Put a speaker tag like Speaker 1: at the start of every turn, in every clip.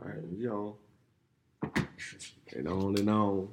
Speaker 1: right, we on. And on and on.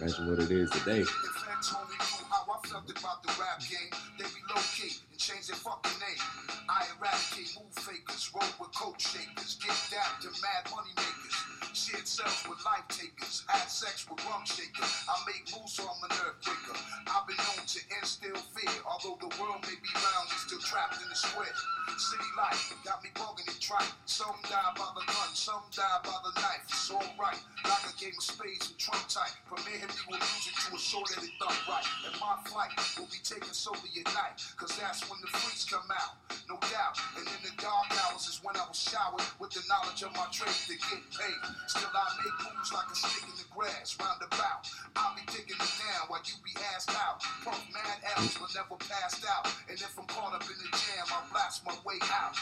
Speaker 1: That's what it is today.
Speaker 2: If that told me knew how I felt about the rap game, they relocate and change their fucking name. I eradicate move fakers, roll with coat shakers, get dapped to mad money makers. Shit sells with life takers, had sex with rum shakers. I make moves so I'm an earthquaker. I've been known to instill fear, although the world may be round, we still trapped in the square. City life got me bugging and trite. Some die by the gun, some die by the knife. It's alright, like a game of spades with trump type. Premier him will music to a show that it done right. And my flight will be taken solely at night, cause that's when the freaks come out, no doubt. And in the dark hours is when I was showered with the knowledge of my trade to get paid. Still, I make moves like a stick in the grass, roundabout. I'll be digging it down while you be asked out. Punk mad L's but never passed out. And if I'm caught up in the jam, I blast my way out.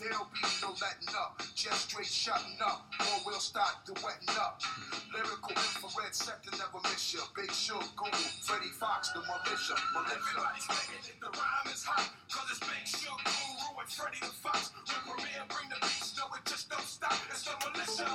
Speaker 2: There'll be no letting up, just straight shutting up, or we'll start to wetting up. Lyrical infrared sector never miss ya. Big Shook, Guru, Freddie Fox, the militia, militia.
Speaker 3: Everybody's begging if the rhyme is hot, cause it's Big Shook, Guru, and Freddie the Fox. When Premier bring the beats, no, it just don't stop. It's the militia.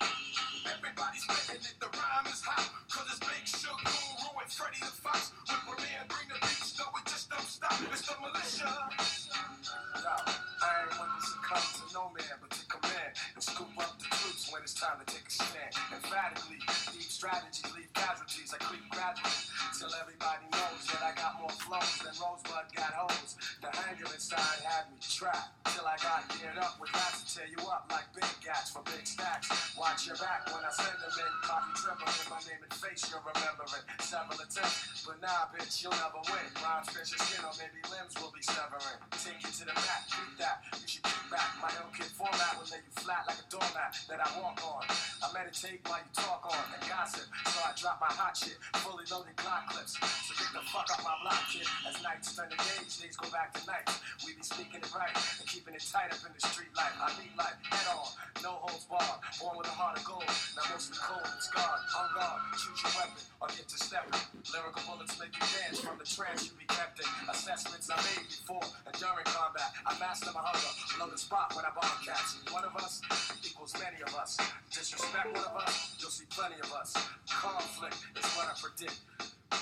Speaker 3: Everybody's betting that the rhyme is hot, cause it's Big Shook, Guru, and Freddie the Fox. When Premier bring the beats, no, it just don't stop. It's the militia.
Speaker 2: Now, I ain't one to succumb to no man, but to command and scoop up the troops when it's time to take a stand. Emphatically, deep strategy, leave casualties. I creep gradually till everybody knows that I got more flows than Rosebud got hoes. The anger inside had me trapped till I got geared up with rats to tear you up like big gats for big stacks. Watch your back when I send them in, cocky tripping my name and face. You're remembering several attempts, but nah, bitch, you'll never win. Rhymes, bitch, your skin or maybe limbs will be severing. Take you to the mat, beat that. You should keep back. My ill kid format will lay you flat like a doormat that I walk on. I meditate while you talk on and gossip, so I drop my hot shit, fully loaded Glock clips. So get the fuck out my block, kid. As nights turn to days, days go back to nights. We be speaking it right and keeping it tight up in the street life. I meet life head on, no holds barred. Born with a heart of gold, now mostly cold and scarred. On guard, choose your weapon or get to stepping. Lyrical bullets make you dance from the trance you be kept in. Assessments I made before and during combat. I master my hunger, love the spot when I bomb cats. And One of us equals many of us. Disrespect one of us, you'll see plenty of us. Conflict is what I predict.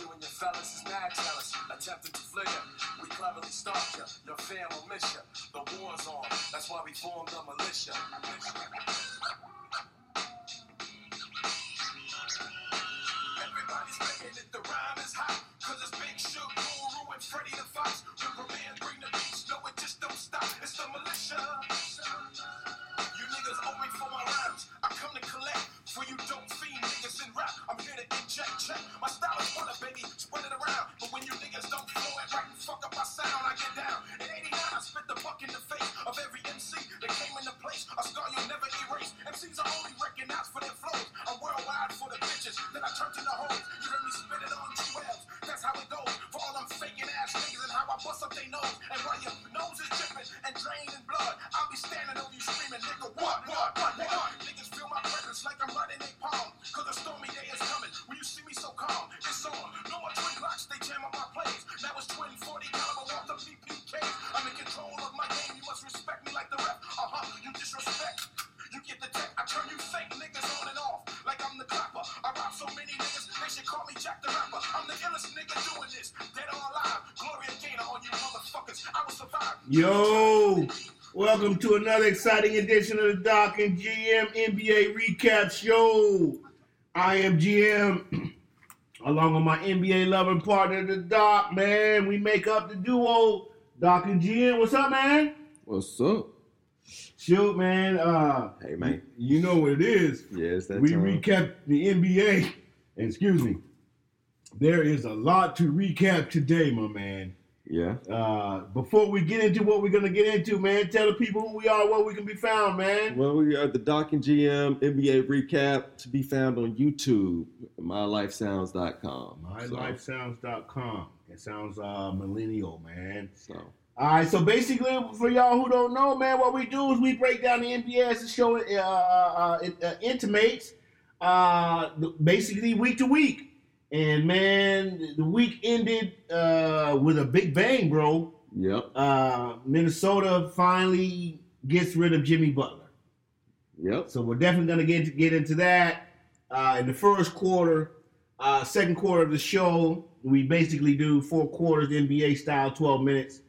Speaker 2: You and your fellas is mad jealous, attempting to flee ya. We cleverly stalk ya, your fam will miss ya. The war's on, that's why we formed the militia.
Speaker 3: Everybody's making it, the rhyme is hot. Cause it's Big Shook, Guru, and Freddie the Fox. Ripper Man, bring the beats. No, it just don't stop. It's the militia. You niggas owe me for my rhymes. I come to collect. For you dope fiend niggas in rap, I'm here to inject, check. My style is water, baby. Spread it around. But when you niggas don't flow it right and fuck up my sound, I get down. In 89, I spit the buck in the face of every MC that came into place. A scar you'll never erase. MCs are only recognized for their flows. I'm worldwide for the bitches that I turned into hoes. You heard me spit it on G-Wells. That's how it goes. For all them faking ass niggas and how I bust up their nose. And while your nose is dripping and draining blood, I'll be standing over you screaming, nigga, what, what, what, what? Niggas feel my presence like I'm running they palm. Cause a stormy day is coming. When you see me so calm, it's on. No more twin blocks, they jam up my plays. Now it's twin 40 caliber off the PPKs. I'm in control of my game. You must respect me like the rep. Uh-huh, you disrespect. You get the tech, I turn you fake niggas on and off. Like I'm the copper. I rob so many niggas, they should call me Jack the Rapper. I'm the illest nigga doing this. Dead or alive. Gloria Gaynor on you motherfuckers. I will survive.
Speaker 4: Yo, welcome to another exciting edition of the Doc and GM NBA Recap Show. I am GM, along with my NBA loving partner, the Doc. Man, we make up the duo, Doc and GM. What's up, man?
Speaker 1: What's up?
Speaker 4: Shoot, man. Uh,
Speaker 1: Hey, man.
Speaker 4: you know what it is.
Speaker 1: Yes, that's
Speaker 4: we
Speaker 1: time.
Speaker 4: recap the NBA. Excuse me. There is a lot to recap today, my man.
Speaker 1: Yeah.
Speaker 4: Uh, before we get into what we're gonna get into, man, tell the people who we are, where we can be found, man.
Speaker 1: Well, we are the Doc and GM NBA recap to be found on YouTube, mylifesounds.com. so,
Speaker 4: MyLifeSounds.com. It sounds uh, millennial, man.
Speaker 1: So
Speaker 4: All right, so basically, for y'all who don't know, man, what we do is we break down the NBA as the show uh, uh, it, uh, intimates, uh, the- basically week to week. And man, the week ended uh, with a big bang, bro.
Speaker 1: yep,
Speaker 4: Uh, Minnesota finally gets rid of Jimmy Butler.
Speaker 1: yep,
Speaker 4: So we're definitely gonna get get into that uh, in the first quarter, uh, second quarter of the show. We basically do four quarters NBA style, twelve minutes.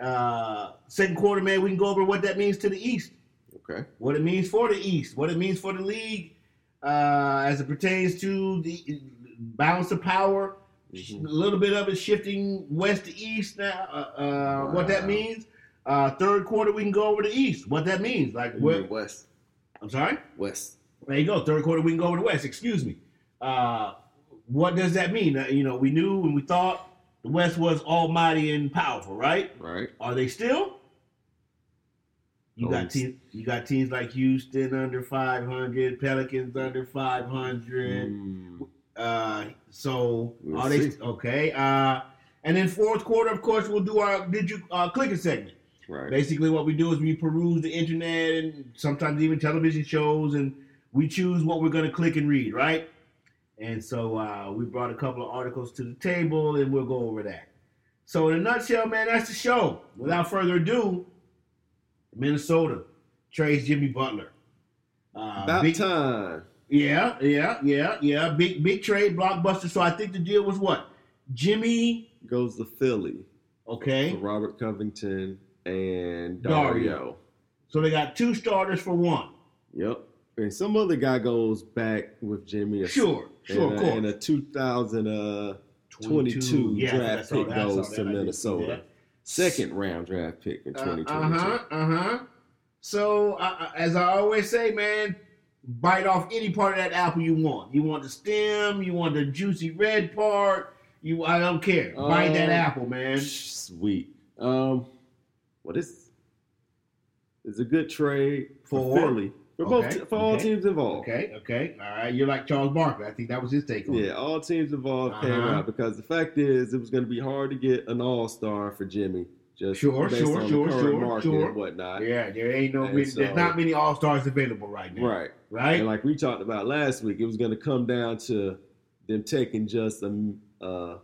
Speaker 4: Uh, second quarter, man, we can go over what that means to the East,
Speaker 1: okay,
Speaker 4: what it means for the East, what it means for the league uh, as it pertains to the balance of power.
Speaker 1: Mhm.
Speaker 4: A little bit of it shifting west to east now. Uh, uh, What that
Speaker 1: Wow.
Speaker 4: means. Uh, third quarter, we can go over the East. What that means, like what?
Speaker 1: West,
Speaker 4: I'm sorry.
Speaker 1: West,
Speaker 4: There you go. Third quarter, we can go over the West. Excuse me. Uh, what does that mean? Uh, you know, we knew and we thought the West was almighty and powerful, right?
Speaker 1: right?
Speaker 4: Are they still? You got
Speaker 1: Always.
Speaker 4: teams. You got teams like Houston under 500, Pelicans under 500.
Speaker 1: Mm,
Speaker 4: Uh, so
Speaker 1: We'll
Speaker 4: are they
Speaker 1: see.
Speaker 4: okay? Uh, and then fourth quarter, of course, we'll do our did you uh, clicker segment.
Speaker 1: right.
Speaker 4: Basically, what we do is we peruse the internet and sometimes even television shows, and we choose what we're going to click and read, right? And so uh, we brought a couple of articles to the table, and we'll go over that. So, in a nutshell, man, that's the show. Without further ado, Minnesota trades Jimmy Butler. Uh,
Speaker 1: About
Speaker 4: big-
Speaker 1: time.
Speaker 4: yeah, yeah, yeah, yeah. Big, big trade, blockbuster. So I think the deal was what? Jimmy,
Speaker 1: Goes to Philly for
Speaker 4: okay.
Speaker 1: Robert Covington
Speaker 4: Dario.
Speaker 1: and Dario.
Speaker 4: So they got two starters for one.
Speaker 1: Yep. And some other guy goes back with Jimmy.
Speaker 4: Sure, sure,
Speaker 1: and,
Speaker 4: of
Speaker 1: a,
Speaker 4: course.
Speaker 1: and a 2000 uh, 22
Speaker 4: Yeah, I
Speaker 1: draft
Speaker 4: saw
Speaker 1: pick
Speaker 4: that. I saw
Speaker 1: goes
Speaker 4: that.
Speaker 1: to
Speaker 4: I did see
Speaker 1: Minnesota.
Speaker 4: that.
Speaker 1: Second round draft pick in
Speaker 4: Uh
Speaker 1: 2022.
Speaker 4: huh. Uh huh. So uh, as I always say, man, bite off any part of that apple you want. You want the stem. You want the juicy red part. You, I don't care. bite that
Speaker 1: Um,
Speaker 4: apple, man.
Speaker 1: Sweet. Um, what is? It's a good trade for,
Speaker 4: For?
Speaker 1: Philly for both
Speaker 4: Okay,
Speaker 1: te- for all
Speaker 4: okay,
Speaker 1: teams involved.
Speaker 4: Okay. Okay. All right. You're like Charles Barkley. I think that was his take on it.
Speaker 1: Yeah, all teams involved came
Speaker 4: Uh-huh.
Speaker 1: out because the fact is it was going to be hard to get an all star for Jimmy. Just
Speaker 4: Sure,
Speaker 1: based
Speaker 4: sure,
Speaker 1: on
Speaker 4: sure,
Speaker 1: the current
Speaker 4: sure,
Speaker 1: market
Speaker 4: sure.
Speaker 1: and whatnot.
Speaker 4: Yeah, there ain't no.
Speaker 1: And
Speaker 4: many-
Speaker 1: so-
Speaker 4: there's not many all stars available right now.
Speaker 1: Right.
Speaker 4: Right.
Speaker 1: And like we talked about last week, it was going to come down to them taking just a, uh,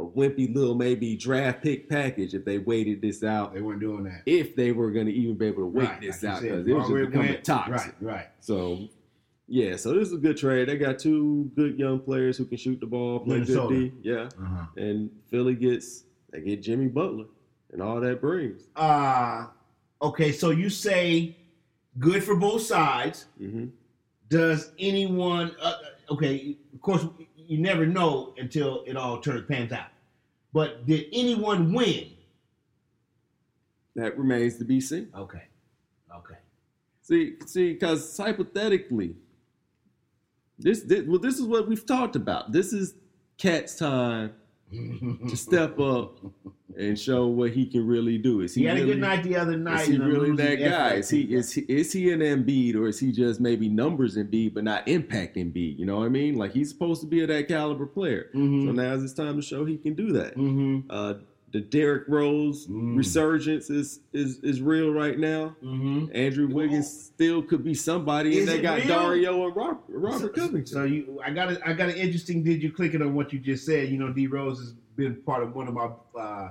Speaker 1: a wimpy little maybe draft pick package if they waited this out.
Speaker 4: they weren't doing that.
Speaker 1: If they were going to even be able to wait
Speaker 4: Right, like
Speaker 1: this
Speaker 4: you
Speaker 1: out
Speaker 4: said,
Speaker 1: because it was
Speaker 4: Barber
Speaker 1: just becoming
Speaker 4: went-
Speaker 1: toxic.
Speaker 4: Right. Right.
Speaker 1: So, yeah, so this is a good trade. They got two good young players who can shoot the ball, play
Speaker 4: Minnesota.
Speaker 1: good D. Yeah,
Speaker 4: Uh-huh.
Speaker 1: and Philly gets they get Jimmy Butler and all that brings.
Speaker 4: Uh okay. So you say good for both sides.
Speaker 1: hmm
Speaker 4: does anyone uh, okay of course you never know until it all turns pans out but did anyone win
Speaker 1: That remains to be seen.
Speaker 4: okay okay
Speaker 1: See, see, because hypothetically, this, this well, this is what we've talked about. This is Cat's time to step up and show what he can really do. Is
Speaker 4: he,
Speaker 1: he,
Speaker 4: had
Speaker 1: really,
Speaker 4: a good night the other night
Speaker 1: Is he
Speaker 4: in a
Speaker 1: really
Speaker 4: losing
Speaker 1: that guy?
Speaker 4: effort.
Speaker 1: Is he is he, is he an Embiid or is he just maybe numbers Embiid but not impact Embiid? You know what I mean? Like he's supposed to be of that caliber player. So
Speaker 4: Mhm,
Speaker 1: now it's time to show he can do that.
Speaker 4: mhm,
Speaker 1: Uh, the Derrick Rose
Speaker 4: Mm.
Speaker 1: resurgence is is is real right now.
Speaker 4: mhm.
Speaker 1: Andrew Wiggins still could be somebody,
Speaker 4: Is
Speaker 1: and they
Speaker 4: it
Speaker 1: got
Speaker 4: real?
Speaker 1: Dario and Robert, Robert
Speaker 4: So-
Speaker 1: Covington.
Speaker 4: So you, I got, a, I got an interesting. Did you click it on what you just said? You know, D Rose has been part of one of my uh,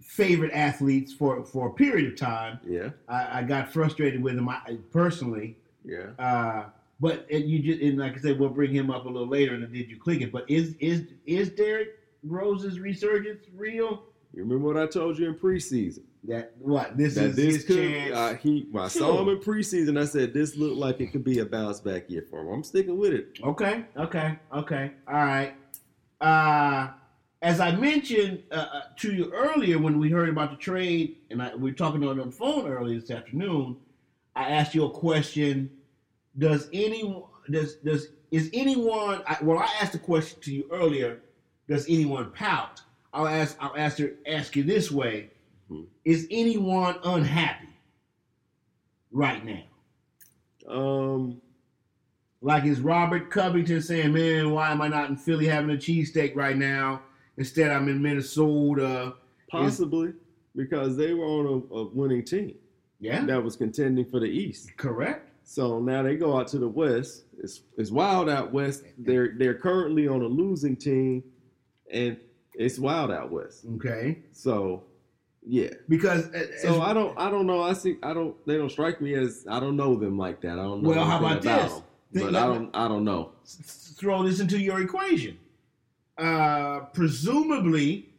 Speaker 4: favorite athletes for for a period of time.
Speaker 1: yeah,
Speaker 4: I, I got frustrated with him I, personally
Speaker 1: yeah.
Speaker 4: Uh, but and you just and like I said, we'll bring him up a little later. And did you click it? But is is is Derrick Rose's resurgence real?
Speaker 1: You remember what I told you in preseason?
Speaker 4: That what this
Speaker 1: That
Speaker 4: is his
Speaker 1: this could. uh,
Speaker 4: chance.
Speaker 1: I, he, when I saw him in preseason. I said this looked like it could be a bounce back year for him. I'm sticking with it.
Speaker 4: okay, okay, okay. All right. Uh, as I mentioned uh, uh, to you earlier when we heard about the trade, and I, we were talking on the phone earlier this afternoon, I asked you a question. Does anyone does does is anyone? I, well, I asked the question to you earlier. Does anyone pout? I'll ask. I'll ask her. Ask you this way: Is anyone unhappy right now?
Speaker 1: Um,
Speaker 4: Like is Robert Covington saying, "Man, why am I not in Philly having a cheesesteak right now? Instead, I'm in Minnesota."
Speaker 1: possibly because they were on a, a winning team
Speaker 4: Yeah,
Speaker 1: that was contending for the East.
Speaker 4: correct.
Speaker 1: So now they go out to the West. It's it's wild out west. They're they're currently on a losing team, and it's wild out west.
Speaker 4: Okay,
Speaker 1: So, yeah.
Speaker 4: because a- as-
Speaker 1: So I don't I don't know. I see I don't they don't strike me as I don't know them like that. I don't know.
Speaker 4: Well, how about
Speaker 1: anything about
Speaker 4: this?
Speaker 1: 'em.
Speaker 4: Think
Speaker 1: But I
Speaker 4: about-
Speaker 1: don't I don't know.
Speaker 4: s- throw this into your equation. Uh, presumably,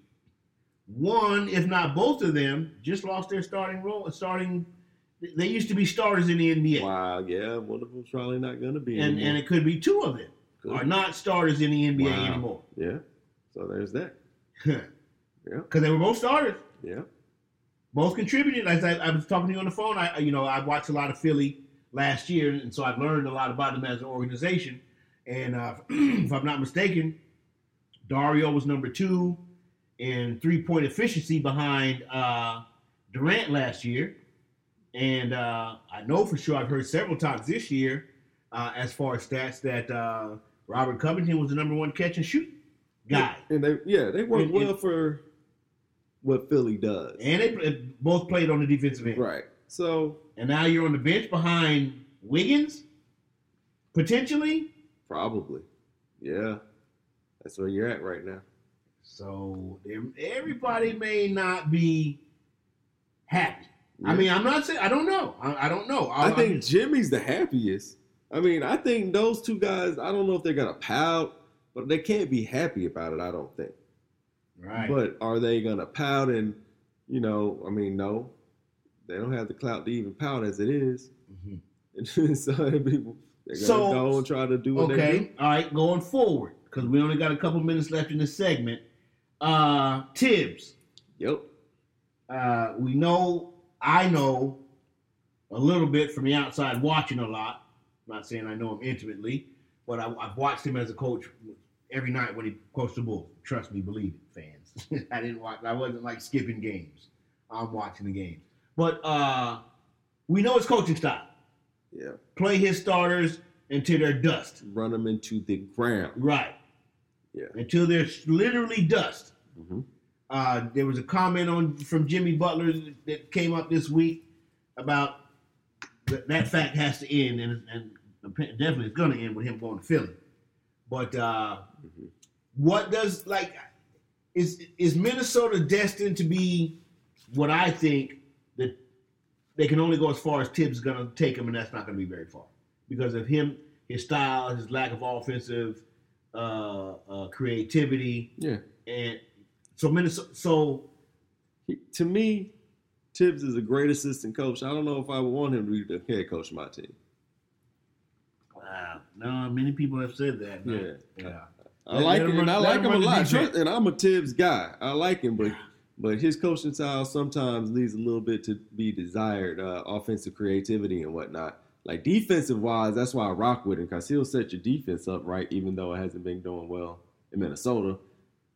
Speaker 4: one, if not both of them, just lost their starting role. uh, Starting, they used to be starters in the NBA,
Speaker 1: Wow, yeah, one of them's probably not gonna be
Speaker 4: and and
Speaker 1: anymore.
Speaker 4: it could be two of them
Speaker 1: Could
Speaker 4: are
Speaker 1: be.
Speaker 4: not starters in the NBA
Speaker 1: Wow.
Speaker 4: anymore
Speaker 1: Yeah. So there's that.
Speaker 4: because
Speaker 1: Yeah,
Speaker 4: they were both starters.
Speaker 1: yeah.
Speaker 4: both contributed. As I, I was talking to you on the phone, I you know I watched a lot of Philly last year, and so I've learned a lot about them as an organization. And uh, if I'm not mistaken, Dario was number two in three point efficiency behind uh, Durant last year, and uh, I know for sure I've heard several times this year, uh, as far as stats, that uh, Robert Covington was the number one catch and shoot guy.
Speaker 1: And they yeah, they work
Speaker 4: And-
Speaker 1: well
Speaker 4: and-
Speaker 1: for what Philly does.
Speaker 4: And they both played on the defensive end.
Speaker 1: right. So
Speaker 4: and now you're on the bench behind Wiggins, potentially.
Speaker 1: probably. Yeah. That's where you're at right now.
Speaker 4: So em- everybody may not be happy. I
Speaker 1: Yeah.
Speaker 4: mean, I'm not saying I don't know. I, I don't know.
Speaker 1: I think
Speaker 4: I'm-
Speaker 1: Jimmy's the happiest. I mean, I think those two guys, I don't know if they're gonna pout, but they can't be happy about it, I don't think.
Speaker 4: right.
Speaker 1: But are they gonna pout and you know, I mean, no. They don't have the clout to even pout as it is.
Speaker 4: Mhm.
Speaker 1: And so people they're gonna
Speaker 4: So-
Speaker 1: go and try to do what they do.
Speaker 4: okay. All right. Going forward, because we only got a couple minutes left in this segment. Uh, Tibbs.
Speaker 1: Yep.
Speaker 4: uh, we know I know a little bit from the outside watching a lot. I'm not saying I know him intimately, but I, I've watched him as a coach every night when he coached the Bulls. Trust me, believe it, fans. I didn't watch. I wasn't like skipping games. I'm watching the games. But uh, we know his coaching style:
Speaker 1: Yeah.
Speaker 4: play his starters until they're dust.
Speaker 1: Run them into the ground.
Speaker 4: Right.
Speaker 1: Yeah.
Speaker 4: Until they're literally dust.
Speaker 1: Mhm.
Speaker 4: Uh, there was a comment on from Jimmy Butler that came up this week about that, that fact has to end, and, and definitely it's going to end with him going to Philly. But uh,
Speaker 1: Mhm.
Speaker 4: what does like is is Minnesota destined to be what I think that they can only go as far as Tibbs is going to take him, and that's not going to be very far because of him, his style, his lack of offensive uh, uh, creativity,
Speaker 1: Yeah.
Speaker 4: and so Minnesota. So
Speaker 1: He, to me, Tibbs is a great assistant coach. I don't know if I would want him to be the head coach of my team.
Speaker 4: wow, no, many people have said that. no.
Speaker 1: Yeah.
Speaker 4: yeah.
Speaker 1: I
Speaker 4: Let-
Speaker 1: like
Speaker 4: let him
Speaker 1: him,
Speaker 4: run-
Speaker 1: and I
Speaker 4: let
Speaker 1: like
Speaker 4: him
Speaker 1: him a
Speaker 4: run the
Speaker 1: lot.
Speaker 4: defense.
Speaker 1: Trust- And I'm a Tibbs guy. I like him, but but his coaching style sometimes leaves a little bit to be desired, uh, offensive creativity and whatnot. Like defensive wise, that's why I rock with him because he'll set your defense up right, even though it hasn't been doing well in Minnesota.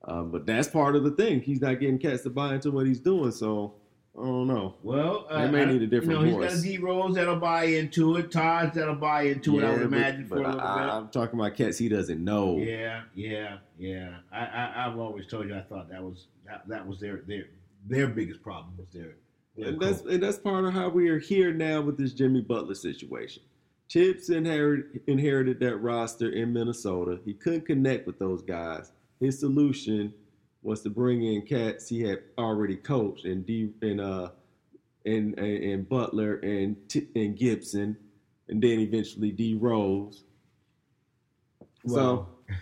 Speaker 1: Um, but that's part of the thing. He's not getting cats to buy into what he's doing, so I don't know.
Speaker 4: Well,
Speaker 1: They may
Speaker 4: I-
Speaker 1: need a
Speaker 4: You
Speaker 1: different
Speaker 4: know, he's
Speaker 1: voice.
Speaker 4: got D Rose that'll buy into it, Todd's that'll buy into it. I would
Speaker 1: Yeah, but-
Speaker 4: imagine for
Speaker 1: but
Speaker 4: a little
Speaker 1: I,
Speaker 4: bit.
Speaker 1: am talking about cats he doesn't know.
Speaker 4: Yeah, yeah, yeah. I, I I've always told you I thought that was that, that was their their their biggest problem was their. their
Speaker 1: And that's
Speaker 4: coach.
Speaker 1: and that's part of how we are here now with this Jimmy Butler situation. Tibbs inherit, inherited that roster in Minnesota. He couldn't connect with those guys. His solution was to bring in cats he had already coached and D and uh and and, and Butler and T, and Gibson, and then eventually D Rose.
Speaker 4: Well,
Speaker 1: so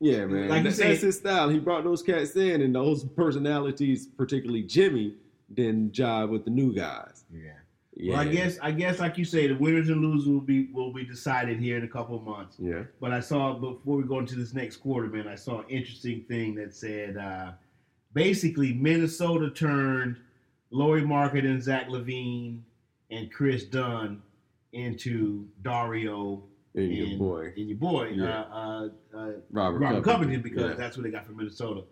Speaker 1: yeah, man,
Speaker 4: Like you
Speaker 1: That-
Speaker 4: said-
Speaker 1: that's his style. He brought those cats in, and those personalities, particularly Jimmy, didn't jive with the new guys.
Speaker 4: yeah.
Speaker 1: Yeah,
Speaker 4: Well, I guess I guess like you say, the winners and losers will be will be decided here in a couple of months.
Speaker 1: yeah.
Speaker 4: But I saw before we go into this next quarter, man, I saw an interesting thing that said uh, basically Minnesota turned Lori Market and Zach Levine and Chris Dunn into Dario
Speaker 1: And
Speaker 4: and-
Speaker 1: your boy
Speaker 4: and your boy
Speaker 1: Yeah.
Speaker 4: uh, uh, uh,
Speaker 1: Robert,
Speaker 4: Robert Covington because
Speaker 1: Yeah.
Speaker 4: that's what they got from Minnesota.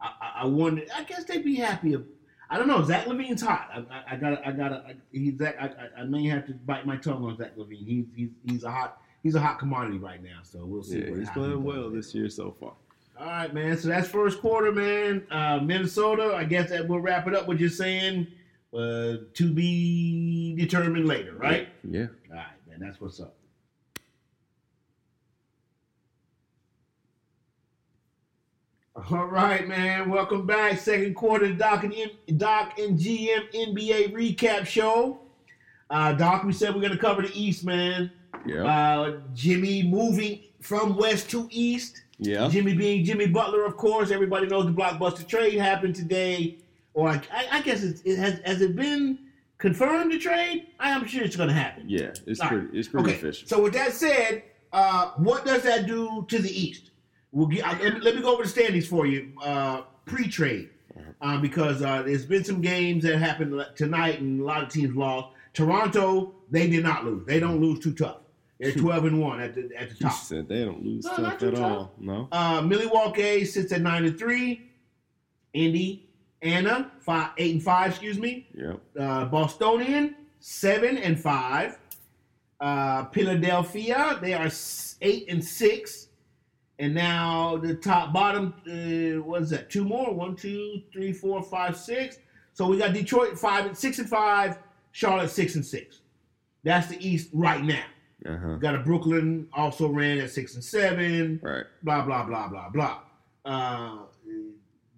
Speaker 4: I, I, I wonder. I guess they'd be happy. If, I don't know. Zach Levine's hot. I, I, I gotta. I gotta. I, he's Zach. I, I, I may have to bite my tongue on Zach Levine. He's he's he's a hot he's a hot commodity right now. So we'll see.
Speaker 1: Yeah,
Speaker 4: what
Speaker 1: he's
Speaker 4: happens
Speaker 1: playing
Speaker 4: down
Speaker 1: well
Speaker 4: there.
Speaker 1: this year so far.
Speaker 4: All right, man. So that's first quarter, man. Uh, Minnesota. I guess that will wrap it up. What you're saying uh, to be determined later, right?
Speaker 1: Yeah.
Speaker 4: All right, man. That's what's up. All right, man. Welcome back. Second quarter Doc and M- Doc and GM NBA recap show. Uh, Doc, we said we're gonna cover the East, man.
Speaker 1: Yeah.
Speaker 4: Uh, Jimmy moving from West to East.
Speaker 1: Yeah.
Speaker 4: Jimmy being Jimmy Butler, of course. Everybody knows the blockbuster trade happened today. Or I, I, I guess it's, it has has it been confirmed the trade? I am sure it's going to happen.
Speaker 1: Yeah. It's
Speaker 4: All right.
Speaker 1: pretty. It's pretty efficient.
Speaker 4: So with that said, uh, what does that do to the East? We'll get, I, let, me, let me go over the standings for you uh, pre-trade uh, because uh, there's been some games that happened le- tonight and a lot of teams lost. Toronto, they did not lose. They don't lose too tough. They're 12 and one at the at the
Speaker 1: He
Speaker 4: top.
Speaker 1: said they don't lose
Speaker 4: No, not
Speaker 1: tough
Speaker 4: too
Speaker 1: at
Speaker 4: tough.
Speaker 1: all. No.
Speaker 4: Uh, Milwaukee sits at nine and three. Indiana five eight and five. Excuse me.
Speaker 1: Yep.
Speaker 4: Uh, Bostonian seven and five. Uh, Philadelphia they are s- eight and six. And now the top bottom uh, what is that? Two more. One, two, three, four, five, six. So we got Detroit five and six and five. Charlotte six and six. That's the East right now.
Speaker 1: Uh huh.
Speaker 4: Got a Brooklyn also ran at six and seven
Speaker 1: Right.
Speaker 4: blah blah blah blah blah. Uh,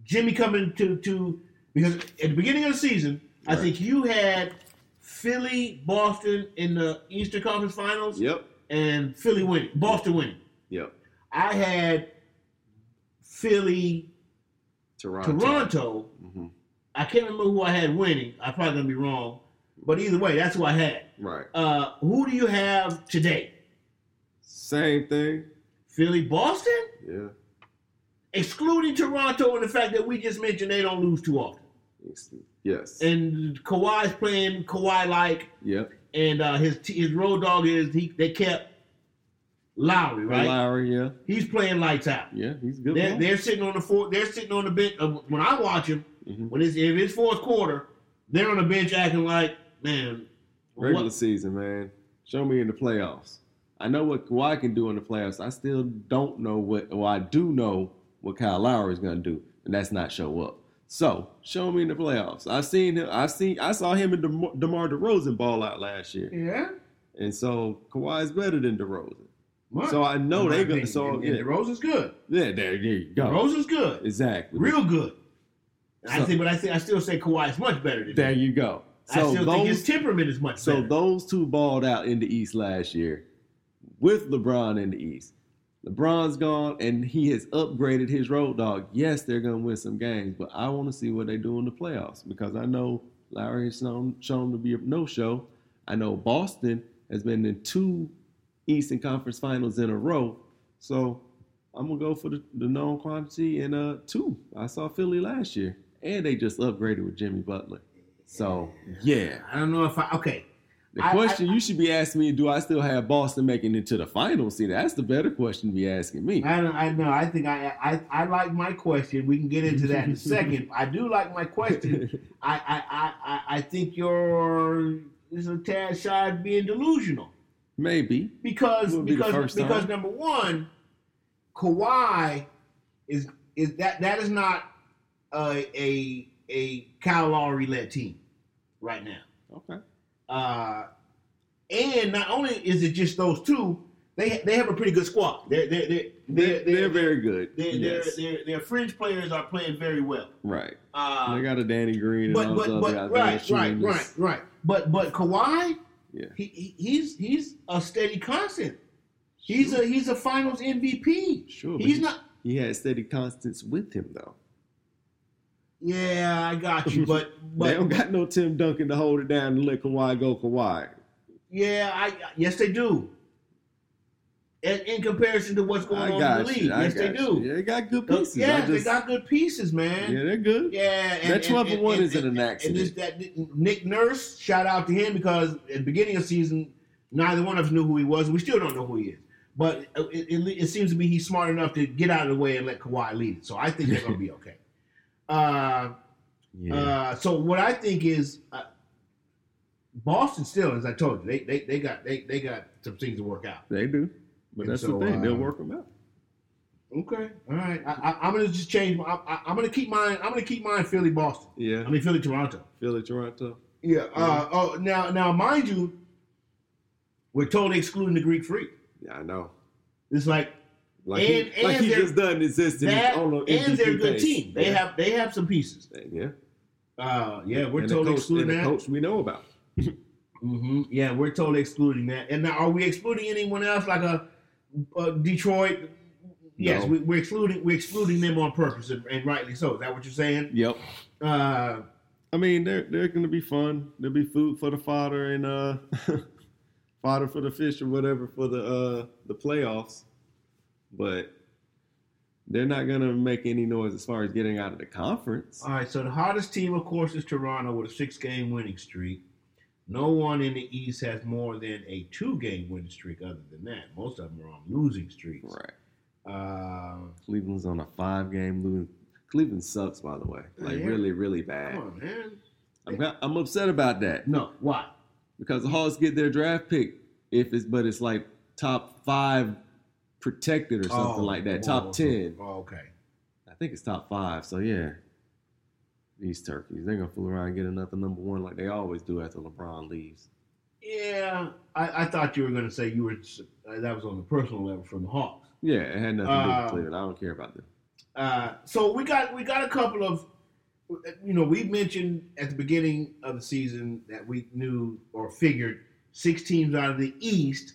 Speaker 4: Jimmy coming to to because at the beginning of the season, I
Speaker 1: Right.
Speaker 4: think you had Philly, Boston in the Eastern Conference Finals,
Speaker 1: Yep.
Speaker 4: and Philly winning, Boston winning.
Speaker 1: Yep.
Speaker 4: I had Philly,
Speaker 1: Toronto.
Speaker 4: Toronto.
Speaker 1: hmm
Speaker 4: I can't remember who I had winning. I'm probably gonna be wrong, but either way, that's who I had.
Speaker 1: Right.
Speaker 4: Uh, who do you have today?
Speaker 1: Same thing.
Speaker 4: Philly, Boston,
Speaker 1: Yeah.
Speaker 4: excluding Toronto and the fact that we just mentioned they don't lose too often.
Speaker 1: It's- Yes.
Speaker 4: and Kawhi's playing Kawhi like,
Speaker 1: Yep.
Speaker 4: and uh, his t- his road dog is he. They kept Lowry, right?
Speaker 1: Lowry. Yeah.
Speaker 4: He's playing lights out.
Speaker 1: Yeah. He's a good.
Speaker 4: They're,
Speaker 1: ball.
Speaker 4: they're sitting on the four. They're sitting on the bench. Uh, when I watch him,
Speaker 1: Mhm.
Speaker 4: when it's if it's fourth quarter, they're on the bench acting like, man,
Speaker 1: Regular
Speaker 4: what?
Speaker 1: season, man. Show me in the playoffs. I know what Kawhi can do in the playoffs. I still don't know what, or I do know what Kyle Lowry is gonna do, and that's not show up. So show me in the playoffs. I've seen him. I've seen. I saw him and DeMar, DeMar DeRozan ball out last year,
Speaker 4: Yeah.
Speaker 1: and so Kawhi is better than DeRozan.
Speaker 4: What?
Speaker 1: So I know
Speaker 4: In my
Speaker 1: they're gonna.
Speaker 4: opinion.
Speaker 1: So
Speaker 4: and, and
Speaker 1: yeah,
Speaker 4: DeRozan's good.
Speaker 1: yeah, there, there you go.
Speaker 4: DeRozan's good.
Speaker 1: exactly.
Speaker 4: Real good. I
Speaker 1: So-
Speaker 4: think, but I think I still say Kawhi is much better than.
Speaker 1: There
Speaker 4: him.
Speaker 1: you go.
Speaker 4: I
Speaker 1: So
Speaker 4: still think his
Speaker 1: those,
Speaker 4: temperament is much
Speaker 1: so
Speaker 4: better.
Speaker 1: those two balled out in the East last year, with LeBron in the East. LeBron's gone, and he has upgraded his road dog. Yes, they're gonna win some games, but I want to see what they do in the playoffs because I know Lowry has shown, shown to be a no-show. I know Boston has been in two Eastern Conference Finals in a row, so I'm gonna go for the, the known quantity and uh two. I saw Philly last year, and they just upgraded with Jimmy Butler. So yeah,
Speaker 4: I don't know if I okay.
Speaker 1: the
Speaker 4: I-
Speaker 1: question you should be asking me: Do I still have Boston making it to the finals? See, that's the better question to be asking me.
Speaker 4: I don't, I know. I think I, I I like my question. We can get into that in a second. I do like my question. I I I, I, I think you're is a tad shy of being delusional
Speaker 1: Maybe
Speaker 4: because
Speaker 1: Wouldn't be the
Speaker 4: because
Speaker 1: first time.
Speaker 4: because number one, Kawhi is is that that is not a a a Kyle Lowry led team right now.
Speaker 1: okay.
Speaker 4: Uh, and not only is it just those two, they they have a pretty good squad. They're they're they're
Speaker 1: They're, they're very good.
Speaker 4: their,
Speaker 1: yes,
Speaker 4: their, their, their fringe players are playing very well.
Speaker 1: right.
Speaker 4: Uh,
Speaker 1: they got a Danny Green and
Speaker 4: but
Speaker 1: all
Speaker 4: but
Speaker 1: those other
Speaker 4: but right
Speaker 1: guys. They're
Speaker 4: right
Speaker 1: shooting
Speaker 4: right
Speaker 1: this-
Speaker 4: right. But but Kawhi,
Speaker 1: Yeah.
Speaker 4: he, he he's he's a steady constant. He's a he's a Finals MVP.
Speaker 1: Sure, but
Speaker 4: He's
Speaker 1: he-
Speaker 4: not.
Speaker 1: He had steady constants with him though.
Speaker 4: Yeah, I got you. But
Speaker 1: they don't
Speaker 4: but
Speaker 1: got no Tim Duncan to hold it down and let Kawhi go Kawhi.
Speaker 4: yeah, I yes they do. In, in comparison to what's going
Speaker 1: I
Speaker 4: on in
Speaker 1: got
Speaker 4: the
Speaker 1: you.
Speaker 4: league,
Speaker 1: I
Speaker 4: yes they
Speaker 1: got
Speaker 4: do.
Speaker 1: you. Yeah, they got good
Speaker 4: So,
Speaker 1: pieces. I
Speaker 4: yeah, they
Speaker 1: just-
Speaker 4: got good pieces, man.
Speaker 1: yeah, they're good.
Speaker 4: Yeah, and,
Speaker 1: That 12
Speaker 4: and-
Speaker 1: and one
Speaker 4: and-
Speaker 1: isn't an
Speaker 4: And this
Speaker 1: accident.
Speaker 4: that Nick Nurse, shout out to him because at the beginning of the season, neither one of us knew who he was. We still don't know who he is, but it, it, it seems to me he's smart enough to get out of the way and let Kawhi lead it. So I think they're going to be okay. Uh,
Speaker 1: Yeah.
Speaker 4: uh, so what I think is uh, Boston still, as I told you, they they, they got they, they got some things to work out.
Speaker 1: they do. But
Speaker 4: and
Speaker 1: that's
Speaker 4: so,
Speaker 1: the thing. They'll
Speaker 4: um,
Speaker 1: work them out.
Speaker 4: Okay, all right. I, I, I'm gonna just change. My, I, I- I'm gonna keep mine. I'm gonna keep mine. Philly, Boston.
Speaker 1: Yeah.
Speaker 4: I mean Philly, Toronto.
Speaker 1: Philly, Toronto.
Speaker 4: Yeah. Uh, oh, now now mind you, we're totally excluding the Greek Freak.
Speaker 1: Yeah, I know.
Speaker 4: It's like
Speaker 1: Like,
Speaker 4: And-
Speaker 1: he, like
Speaker 4: and
Speaker 1: he
Speaker 4: they're-
Speaker 1: just doesn't exist in
Speaker 4: that,
Speaker 1: his own
Speaker 4: and they're a good team. They
Speaker 1: yeah.
Speaker 4: have they have some pieces.
Speaker 1: Yeah.
Speaker 4: Uh, yeah, we're
Speaker 1: and the
Speaker 4: totally
Speaker 1: coach,
Speaker 4: excluding
Speaker 1: and the
Speaker 4: that.
Speaker 1: coach we know about.
Speaker 4: hmm Yeah, we're totally excluding that. And now, are we excluding anyone else like a, uh Detroit? Yes,
Speaker 1: No.
Speaker 4: we, we're excluding we're excluding them on purpose, and, and rightly so. Is that what you're saying?
Speaker 1: Yep.
Speaker 4: Uh,
Speaker 1: I mean, they're they're going to be fun. There'll be food for the fodder and uh, fodder for the fish or whatever for the uh, the playoffs. But they're not going to make any noise as far as getting out of the conference.
Speaker 4: all right. So the hottest team, of course, is Toronto with a six-game winning streak. No one in the East has more than a two-game winning streak. Other than that, most of them are on losing streaks.
Speaker 1: Right.
Speaker 4: Uh,
Speaker 1: Cleveland's on a five game losing. Cleveland sucks, by the way. Like
Speaker 4: Yeah.
Speaker 1: really, really bad.
Speaker 4: come on, man.
Speaker 1: I'm got- I'm upset about that
Speaker 4: No, why?
Speaker 1: because the Hawks get their draft pick if it's but it's like top five protected or something
Speaker 4: Oh,
Speaker 1: like that.
Speaker 4: oh,
Speaker 1: top
Speaker 4: oh,
Speaker 1: ten.
Speaker 4: Oh, okay.
Speaker 1: I think it's top five. So yeah, these turkeys they're gonna fool around and get another number one like they always do after LeBron leaves.
Speaker 4: Yeah, I, I thought you were going to say you were uh, that was on the personal level from the Hawks.
Speaker 1: Yeah, it had nothing to do
Speaker 4: Um,
Speaker 1: with Cleveland. I don't care about them.
Speaker 4: Uh, so we got we got a couple of you know we mentioned at the beginning of the season that we knew or figured six teams out of the East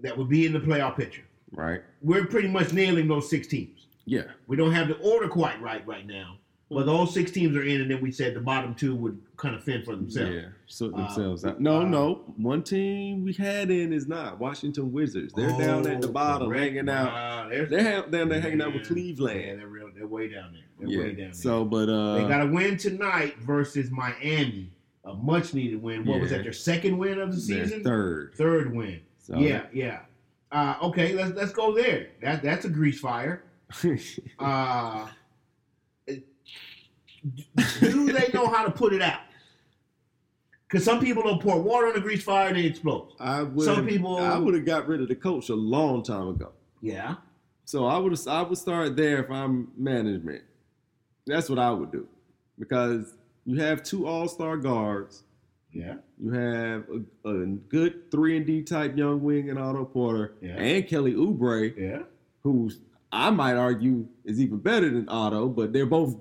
Speaker 4: that would be in the playoff picture.
Speaker 1: Right?
Speaker 4: We're pretty much nailing those six teams.
Speaker 1: Yeah.
Speaker 4: We don't have the order quite right right now, but those six teams are in, and then we said the bottom two would kind of fend for themselves.
Speaker 1: Yeah. Sort
Speaker 4: Uh,
Speaker 1: themselves out. No,
Speaker 4: uh,
Speaker 1: no. One team we had in is not Washington Wizards. They're down at the
Speaker 4: Oh,
Speaker 1: bottom,
Speaker 4: correct.
Speaker 1: hanging out.
Speaker 4: Wow, there's-
Speaker 1: They're ha- down there hanging out with
Speaker 4: Yeah. Yeah,
Speaker 1: Cleveland.
Speaker 4: they're real. They're way down there. They're
Speaker 1: Yeah.
Speaker 4: way down there.
Speaker 1: So, but uh,
Speaker 4: they got to win tonight versus Miami, a much needed win. What was
Speaker 1: Yeah.
Speaker 4: that? Their second win of the
Speaker 1: they're
Speaker 4: season.
Speaker 1: third.
Speaker 4: Third win.
Speaker 1: So
Speaker 4: yeah, yeah. Uh, okay, let's let's go there. That that's a grease fire. Uh, do they know how to put it out? Because some people don't pour water on a grease fire and it explodes.
Speaker 1: I would.
Speaker 4: Some people-
Speaker 1: I would have got rid of the coach a long time ago.
Speaker 4: Yeah.
Speaker 1: So I would I would start there if I'm management. That's what I would do because you have two All Star guards.
Speaker 4: Yeah.
Speaker 1: You have a, a good three and D type young wing in Otto Porter
Speaker 4: Yeah.
Speaker 1: and Kelly Oubre,
Speaker 4: Yeah.
Speaker 1: who I might argue is even better than Otto, but they're both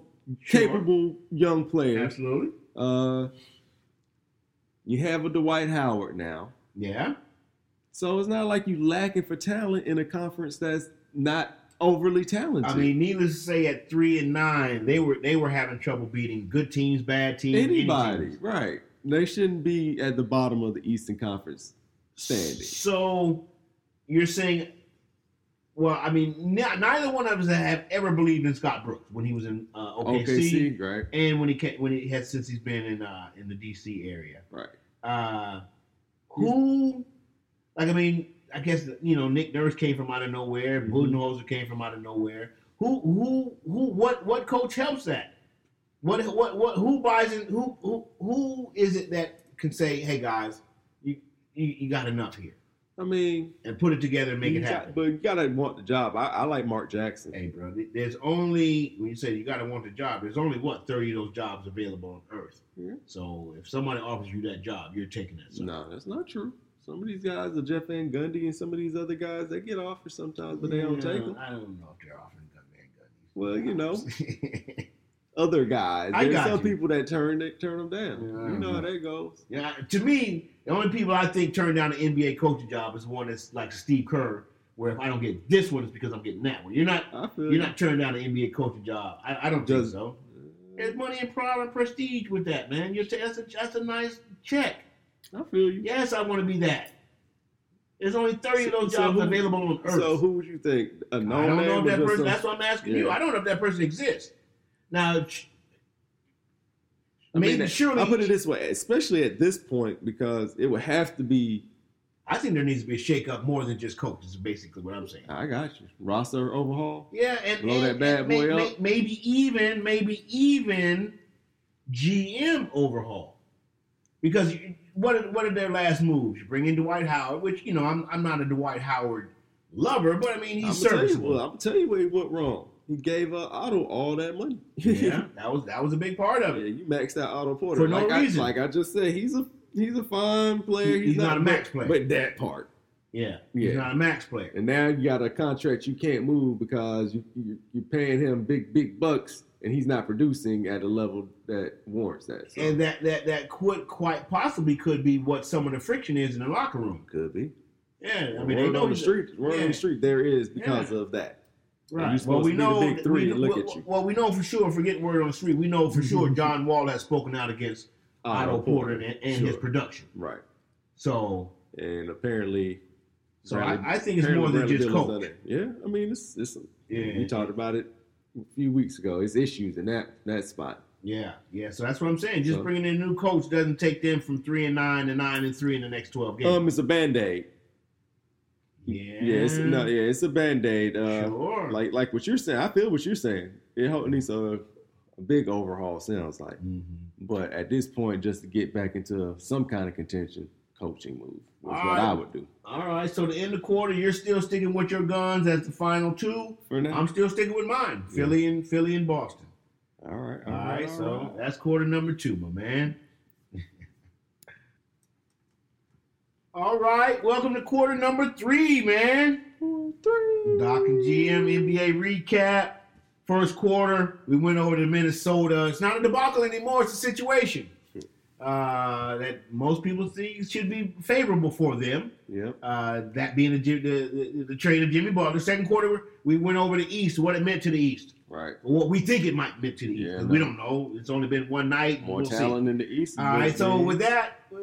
Speaker 1: capable young players.
Speaker 4: Absolutely.
Speaker 1: Uh, you have a Dwight Howard now,
Speaker 4: Yeah.
Speaker 1: so it's not like you lacking for talent in a conference that's not overly talented.
Speaker 4: I mean, needless to say, at three and nine, they were they were having trouble beating good teams, bad teams, any
Speaker 1: anybody,
Speaker 4: teams.
Speaker 1: right? They shouldn't be at the bottom of the Eastern Conference standing.
Speaker 4: So you're saying, well, I mean, ni- neither one of us have ever believed in Scott Brooks when he was in uh, OKC,
Speaker 1: OKC, right?
Speaker 4: and when he came, when he has since he's been in uh, in the DC area.
Speaker 1: Right.
Speaker 4: Uh, who, like, I mean, I guess you know Nick Nurse came from out of nowhere.
Speaker 1: Mhm.
Speaker 4: Budenholzer came from out of nowhere. Who, who, who? What, what coach helps that? What, what, what? Who buys in? Who, who, who is it that can say, "Hey guys, you, you, you got enough here,"
Speaker 1: I mean,
Speaker 4: and put it together and make
Speaker 1: you
Speaker 4: it
Speaker 1: got-
Speaker 4: happen?
Speaker 1: but you gotta want the job. I, I like Mark Jackson.
Speaker 4: Hey, bro, th- there's only when you say you got to want the job. There's only what thirty of those jobs available on Earth.
Speaker 1: Yeah.
Speaker 4: So if somebody offers you that job, you're taking that. sucker.
Speaker 1: No, that's not true. Some of these guys, the Jeff Van Gundy and some of these other guys, they get offers sometimes, but they don't
Speaker 4: Yeah,
Speaker 1: take them.
Speaker 4: I don't know if they're offering gun man gun.
Speaker 1: Well, you know, other guys.
Speaker 4: I
Speaker 1: There's
Speaker 4: got
Speaker 1: some
Speaker 4: you.
Speaker 1: people that turn they turn them down.
Speaker 4: Yeah, I
Speaker 1: you
Speaker 4: don't
Speaker 1: know how
Speaker 4: know.
Speaker 1: that goes.
Speaker 4: yeah, to me, the only people I think turn down an NBA coaching job is one that's like Steve Kerr, where if I don't get this one, it's because I'm getting that one. You're not,
Speaker 1: I feel
Speaker 4: you're not turning down an NBA coaching job. I, I don't think
Speaker 1: Does-
Speaker 4: so. There's money and pride and prestige with that, man. You're t- that's, a, that's a nice check.
Speaker 1: I feel you.
Speaker 4: Yes, I want to be that. There's only 30 of those
Speaker 1: So- so
Speaker 4: jobs
Speaker 1: who-
Speaker 4: available on earth.
Speaker 1: So who would you think? A known
Speaker 4: I don't know if
Speaker 1: name or
Speaker 4: that
Speaker 1: just
Speaker 4: person.
Speaker 1: some-
Speaker 4: That's what I'm asking you.
Speaker 1: Yeah.
Speaker 4: I don't know if that person exists. Now, sh-
Speaker 1: I
Speaker 4: maybe
Speaker 1: mean,
Speaker 4: surely
Speaker 1: I put it this way, especially at this point, because it would have to be
Speaker 4: I think there needs to be a shakeup more than just coach. Is basically what I'm saying.
Speaker 1: I got you. Roster overhaul.
Speaker 4: Yeah, and
Speaker 1: Uh, Blow
Speaker 4: and-
Speaker 1: that bad
Speaker 4: and may-
Speaker 1: boy
Speaker 4: may-
Speaker 1: up.
Speaker 4: maybe even maybe even GM overhaul because you- what are, what are their last moves? You bring in Dwight Howard, which you know I'm I'm not a Dwight Howard lover, but I mean he's
Speaker 1: I'm gonna tell you
Speaker 4: serviceable.
Speaker 1: what. I'm gonna tell you where he went wrong. He gave uh, Otto all that money.
Speaker 4: yeah, that was that was a big part of
Speaker 1: Yeah,
Speaker 4: it.
Speaker 1: you maxed out Otto Porter
Speaker 4: For no
Speaker 1: like
Speaker 4: reason.
Speaker 1: I, like I just said, he's a he's a fine player.
Speaker 4: He's not a max player.
Speaker 1: But that part,
Speaker 4: Yeah, he's
Speaker 1: Yeah.
Speaker 4: not a max player.
Speaker 1: and now you got a contract you can't move because you, you you're paying him big big bucks, and he's not producing at a level that warrants that. So,
Speaker 4: And that that that could quite possibly could be what some of the friction is in the locker room.
Speaker 1: could be.
Speaker 4: Yeah, I
Speaker 1: I
Speaker 4: mean
Speaker 1: mean,
Speaker 4: they
Speaker 1: word
Speaker 4: know
Speaker 1: on the
Speaker 4: he's a-
Speaker 1: street, word
Speaker 4: yeah.
Speaker 1: on the street, there is because of that.
Speaker 4: Right.
Speaker 1: You're
Speaker 4: well,
Speaker 1: supposed
Speaker 4: we
Speaker 1: to be the
Speaker 4: know
Speaker 1: big three
Speaker 4: we,
Speaker 1: to look
Speaker 4: well,
Speaker 1: at you.
Speaker 4: Well, we know for sure. Forget word on the street. We know for sure John Wall has spoken out against Otto Porter and, and his
Speaker 1: Ah, Sure.
Speaker 4: production.
Speaker 1: right?
Speaker 4: So,
Speaker 1: And apparently,
Speaker 4: so
Speaker 1: Bradley-
Speaker 4: I, I think it's more than
Speaker 1: apparently
Speaker 4: just
Speaker 1: Bradley
Speaker 4: coach.
Speaker 1: Beal's done it. Yeah, I mean, it's it's we
Speaker 4: Yeah,
Speaker 1: talked about it a few weeks ago. It's issues in that that spot.
Speaker 4: yeah, yeah. So that's what I'm saying. Just
Speaker 1: So-
Speaker 4: bringing in a new coach doesn't take them from three and nine to nine and three in the next twelve games.
Speaker 1: Um, it's a band aid.
Speaker 4: yeah,
Speaker 1: Yeah, it's no, yeah, it's a band aid. Uh,
Speaker 4: sure.
Speaker 1: Like like what you're saying, I feel what you're saying. It ho- needs a, a big overhaul. Sounds like,
Speaker 4: Mhm.
Speaker 1: but at this point, just to get back into some kind of contention, coaching move was what
Speaker 4: Alright.
Speaker 1: I would do
Speaker 4: All right. So the end of quarter, you're still sticking with your guns as the final two.
Speaker 1: for now.
Speaker 4: I'm still sticking with mine. Philly and Philly and Boston.
Speaker 1: all right,
Speaker 4: All right, so
Speaker 1: alright.
Speaker 4: that's quarter number two, my man. All right, welcome to quarter number three, man. Doc and GM NBA recap. First quarter, we went over to Minnesota. It's not a debacle anymore. It's a situation uh, that most people think should be favorable for them.
Speaker 1: Yep.
Speaker 4: Uh, that being the, Jim- the, the, the trade of Jimmy Butler. Second quarter, we went over the East, what it meant to the East
Speaker 1: Right.
Speaker 4: or what we think it might be to the East.
Speaker 1: Yeah,
Speaker 4: 'cause
Speaker 1: no.
Speaker 4: We don't know. It's only been one night.
Speaker 1: More
Speaker 4: We'll see.
Speaker 1: talent in the East.
Speaker 4: All right. So
Speaker 1: man.
Speaker 4: with that, uh,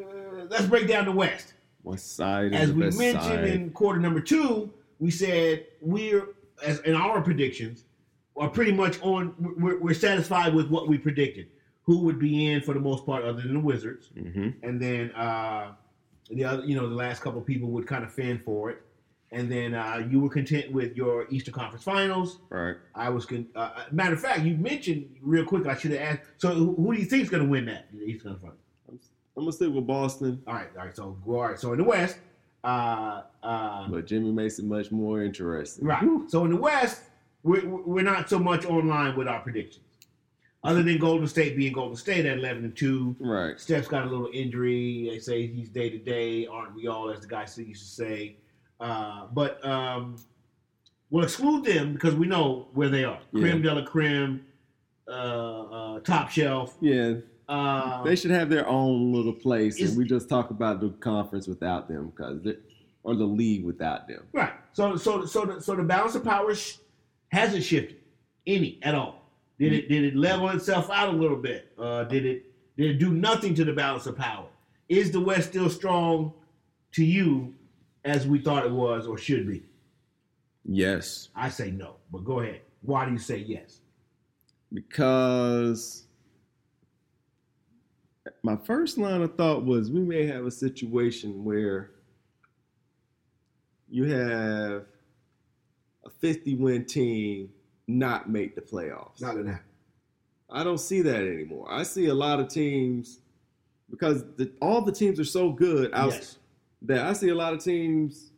Speaker 4: let's break down the West.
Speaker 1: what side is
Speaker 4: As
Speaker 1: the
Speaker 4: we
Speaker 1: best
Speaker 4: mentioned
Speaker 1: side?
Speaker 4: in quarter number two, we said we're as in our predictions are pretty much on. We're, we're satisfied with what we predicted. Who would be in for the most part, other than the Wizards?
Speaker 1: mm-hmm.
Speaker 4: and then uh, the other, you know, the last couple of people would kind of fan for it, and then uh, you were content with your Eastern Conference Finals.
Speaker 1: Right.
Speaker 4: I was con- uh, uh, matter of fact, you mentioned real quick. I should have asked. So, who, who do you think is going to win that? The Eastern Conference. Finals?
Speaker 1: I'm gonna stick with Boston,
Speaker 4: All right, all right. So, all right. So in the West, uh, uh,
Speaker 1: but Jimmy makes it much more interesting.
Speaker 4: right. So in the West, we're we're not so much online with our predictions, other than Golden State being Golden State at eleven and two.
Speaker 1: Right.
Speaker 4: Steph's got a little injury. They say he's day to day. Aren't we all, as the guy used to say? Uh, but um, we'll exclude them because we know where they are.
Speaker 1: Yeah.
Speaker 4: Creme de la creme, uh, uh, top shelf.
Speaker 1: Yeah.
Speaker 4: Uh,
Speaker 1: They should have their own little place,
Speaker 4: Is-
Speaker 1: and we just talk about the conference without them, cause they- or the league without them.
Speaker 4: right. So so so the, so the balance of power sh- hasn't shifted any at all. Did it did it level itself out a little bit? Uh, did it did it do nothing to the balance of power? Is the West still strong to you as we thought it was or should be?
Speaker 1: Yes,
Speaker 4: I say no, but go ahead. Why do you say yes?
Speaker 1: because my first line of thought was we may have a situation where you have a 50 win team not make the playoffs.
Speaker 4: gonna happen.
Speaker 1: I don't see that anymore. I see a lot of teams because the, all the teams are so good out
Speaker 4: Yes.
Speaker 1: that I see a lot of teams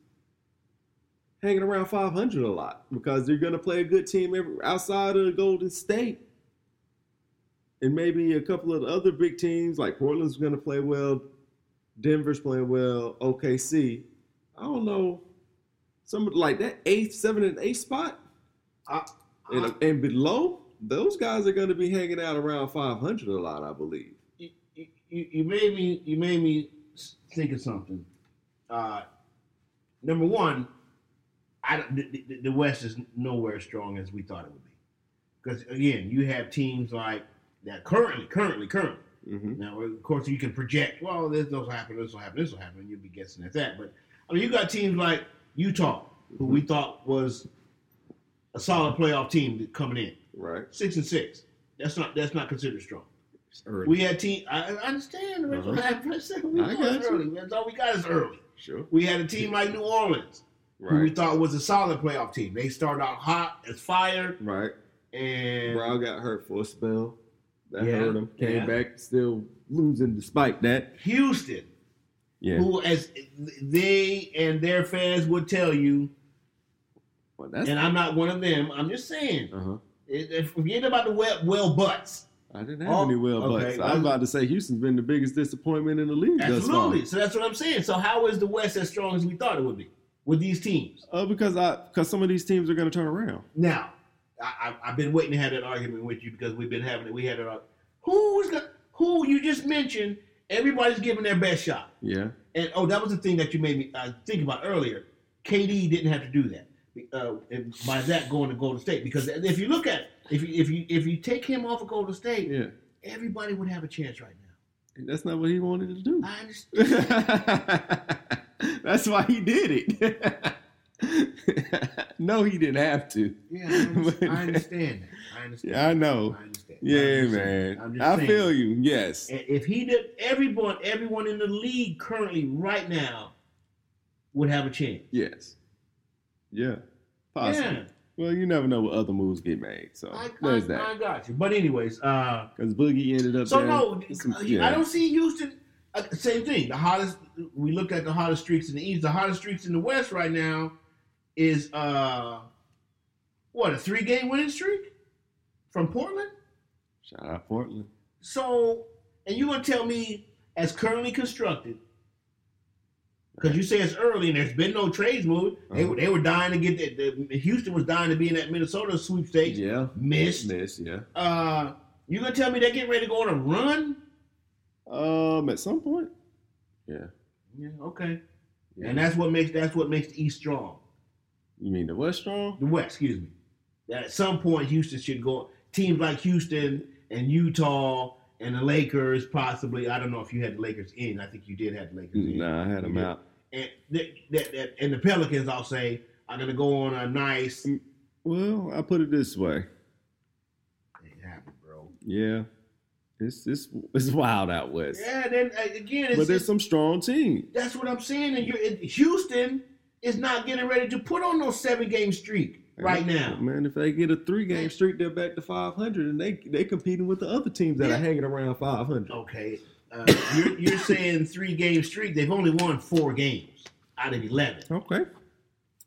Speaker 1: hanging around 500 a lot because they're going to play a good team every, outside of Golden State. And maybe a couple of the other big teams like Portland's going to play well, Denver's playing well, OKC. I don't know. Some like that eighth, seven, and eighth spot
Speaker 4: Uh,
Speaker 1: and, and below, those guys are going to be hanging out around 500 a lot, I believe.
Speaker 4: you, you, you made me you made me s- think of something. Uh, number one, I don't, the, the, the West is nowhere as strong as we thought it would be, because again, you have teams like that currently, currently, currently.
Speaker 1: Mm-hmm.
Speaker 4: Now, of course, you can project. Well, this will happen. This will happen. This will happen. And you'll be guessing at that. But I mean, you got teams like Utah, who we thought was a solid playoff team that- coming in,
Speaker 1: Right.
Speaker 4: six and six. That's not that's not considered strong.
Speaker 1: Early.
Speaker 4: We had team. I, I understand. Rachel.
Speaker 1: Uh-huh.
Speaker 4: I said we
Speaker 1: I
Speaker 4: know it's
Speaker 1: got you.
Speaker 4: early. That's all we got is early.
Speaker 1: Sure.
Speaker 4: We had a team like New Orleans, who we
Speaker 1: Right.
Speaker 4: thought was a solid playoff team. They started out hot as fire,
Speaker 1: Right.
Speaker 4: and
Speaker 1: Brown got hurt for a spell. That
Speaker 4: Yeah,
Speaker 1: hurt him. Came
Speaker 4: yeah.
Speaker 1: back, still losing despite that.
Speaker 4: Houston,
Speaker 1: Yeah.
Speaker 4: who as they and their fans would tell you,
Speaker 1: Well, that's
Speaker 4: and I'm not one of them. I'm just saying,
Speaker 1: uh huh.
Speaker 4: It- it- forget about the well, well butts.
Speaker 1: I didn't have
Speaker 4: Oh,
Speaker 1: any well
Speaker 4: okay.
Speaker 1: butts. I'm about to say Houston's been the biggest disappointment in the league
Speaker 4: Absolutely.
Speaker 1: thus
Speaker 4: So that's what I'm saying. So how is the West as strong as we thought it would be with these teams?
Speaker 1: far. Uh, because I because some of these teams are going to turn around.
Speaker 4: Now, I, I, I've been waiting to have that argument with you because we've been having it. We had it. on- Who's got, who you just mentioned? Everybody's giving their best shot.
Speaker 1: Yeah.
Speaker 4: And oh, that was the thing that you made me uh, think about earlier. KD didn't have to do that. Uh, and by that going to Golden State, because if you look at it, if you if you if you take him off of Golden State,
Speaker 1: Yeah.
Speaker 4: everybody would have a chance right now.
Speaker 1: And that's not what he wanted to do.
Speaker 4: I understand.
Speaker 1: that's why he did it. no, he didn't have to.
Speaker 4: Yeah, I understand. I understand that. I understand.
Speaker 1: Yeah, I know.
Speaker 4: I understand.
Speaker 1: Yeah,
Speaker 4: I'm just saying- I'm
Speaker 1: man.
Speaker 4: just
Speaker 1: I
Speaker 4: saying.
Speaker 1: feel you. Yes.
Speaker 4: And If he did, everyone, everyone in the league currently right now would have a chance.
Speaker 1: Yes. Yeah. Possibly.
Speaker 4: Yeah,
Speaker 1: Well, you never know what other moves get made. So
Speaker 4: I, I,
Speaker 1: there's that.
Speaker 4: I got you. But anyways, uh,
Speaker 1: Because Boogie ended up.
Speaker 4: So
Speaker 1: there.
Speaker 4: no, uh,
Speaker 1: It's some-
Speaker 4: I don't see Houston. Uh, same thing. The hottest. We looked at the hottest streaks in the East. The hottest streaks in the West right now is uh, what a three game winning streak from Portland.
Speaker 1: Shout out Portland.
Speaker 4: So, and you gonna tell me as currently constructed? Because you say it's early and there's been no trades moved. They,
Speaker 1: Uh-huh.
Speaker 4: were they were dying to get that. The, Houston was dying to be in that Minnesota sweepstakes.
Speaker 1: Yeah.
Speaker 4: Missed.
Speaker 1: Missed. Yeah.
Speaker 4: Uh, you gonna tell me they're getting ready to go on a run?
Speaker 1: Um. At some point. Yeah.
Speaker 4: Yeah. Okay.
Speaker 1: yeah.
Speaker 4: And that's what makes that's what makes the East strong.
Speaker 1: you mean the West Strong?
Speaker 4: The West, excuse me. That at some point Houston should go teams like Houston and Utah and the Lakers possibly. I don't know if you had the Lakers in. I think you did have the Lakers in.
Speaker 1: Nah, I had him
Speaker 4: Mm-hmm. Yeah.
Speaker 1: out.
Speaker 4: And that, that, that, and the Pelicans, I'll say, are gonna go on a nice it
Speaker 1: Well, I put it this way.
Speaker 4: happened, bro.
Speaker 1: Yeah. It's it's it's wild out west.
Speaker 4: Yeah, then uh, again it's,
Speaker 1: but there's
Speaker 4: it's-
Speaker 1: some strong teams.
Speaker 4: that's what I'm saying. And you're it, Houston is not getting ready to put on no seven game streak right now.
Speaker 1: Man, if they get a three game streak, they're back to five hundred and they they competing with the other teams that
Speaker 4: Yeah.
Speaker 1: are hanging around five hundred.
Speaker 4: Okay, uh, you're, you're saying three game streak. They've only won four games out of eleven.
Speaker 1: Okay.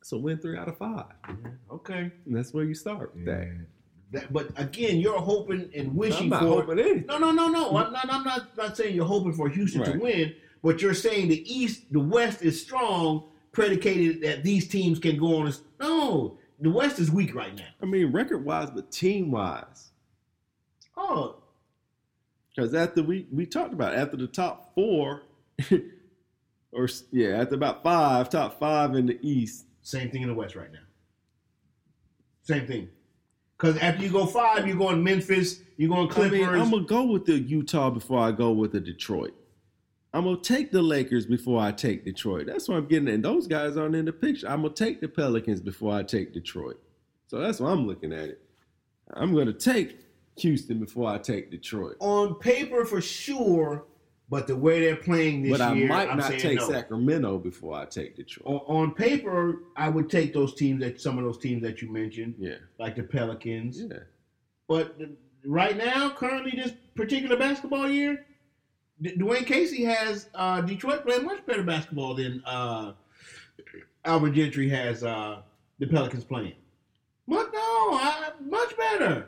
Speaker 1: So win three out of five.
Speaker 4: Okay,
Speaker 1: And that's where you start with that.
Speaker 4: That- but again, you're hoping and wishing
Speaker 1: I'm not
Speaker 4: for.
Speaker 1: hoping anything.
Speaker 4: No, no, no, no. I'm not. I'm not, not saying you're hoping for Houston to
Speaker 1: Right.
Speaker 4: win, but you're saying the East, the West is strong, predicated that these teams can go on. A, no, the West is weak right now.
Speaker 1: I mean, record wise, but team wise.
Speaker 4: Oh,
Speaker 1: Because after we we talked about it, after the top four, or s- yeah, after about five, top five in the East.
Speaker 4: same thing in the West right now. Same thing. Because after you go five, you're going Memphis, you're going Clippers.
Speaker 1: I mean, I'm gonna go with the Utah before I go with the Detroit. I'm gonna take the Lakers before I take Detroit. That's what I'm getting. at. And those guys aren't in the picture. I'm gonna take the Pelicans before I take Detroit. So that's why I'm looking at it. I'm gonna take Houston before I take Detroit.
Speaker 4: on paper for sure, but the way they're playing this
Speaker 1: But I
Speaker 4: year,
Speaker 1: might
Speaker 4: I'm
Speaker 1: not
Speaker 4: saying
Speaker 1: take
Speaker 4: no.
Speaker 1: Sacramento before I take Detroit.
Speaker 4: On, on paper, I would take those teams that some of those teams that you mentioned,
Speaker 1: Yeah,
Speaker 4: like the Pelicans.
Speaker 1: yeah.
Speaker 4: But the- right now, currently, this particular basketball year, D- Dwayne Casey has uh, Detroit playing much better basketball than uh, Alvin Gentry has uh, the Pelicans playing. But no, I, much better.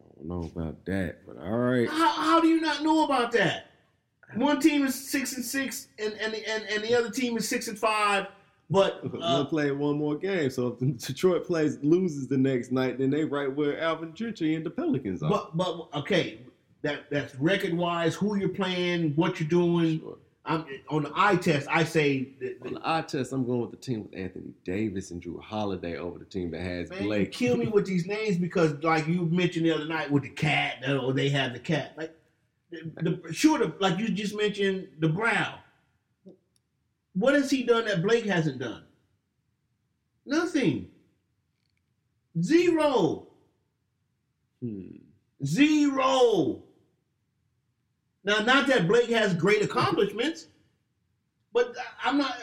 Speaker 1: I don't know about that, but all right.
Speaker 4: How, how do you not know about that? One team is six and six, and and the, and, and the other team is six and five. But
Speaker 1: We'll
Speaker 4: uh,
Speaker 1: play one more game. So if Detroit plays loses the next night, then they right where Alvin Gentry and the Pelicans are.
Speaker 4: but but okay, that that's record wise, who you're playing, what you're doing.
Speaker 1: Sure.
Speaker 4: I'm on the eye test. I say that,
Speaker 1: On the eye test, I'm going with the team with Anthony Davis and Drew Holiday over the team that has
Speaker 4: man, you
Speaker 1: Blake.
Speaker 4: kill me with these names because like you mentioned the other night with the cat, you know, they have the cat. Like the, the sure, the, like you just mentioned the Brown. What has he done that Blake hasn't done? Nothing. Zero.
Speaker 1: Hmm.
Speaker 4: Zero. Now, not that Blake has great accomplishments, But I'm not.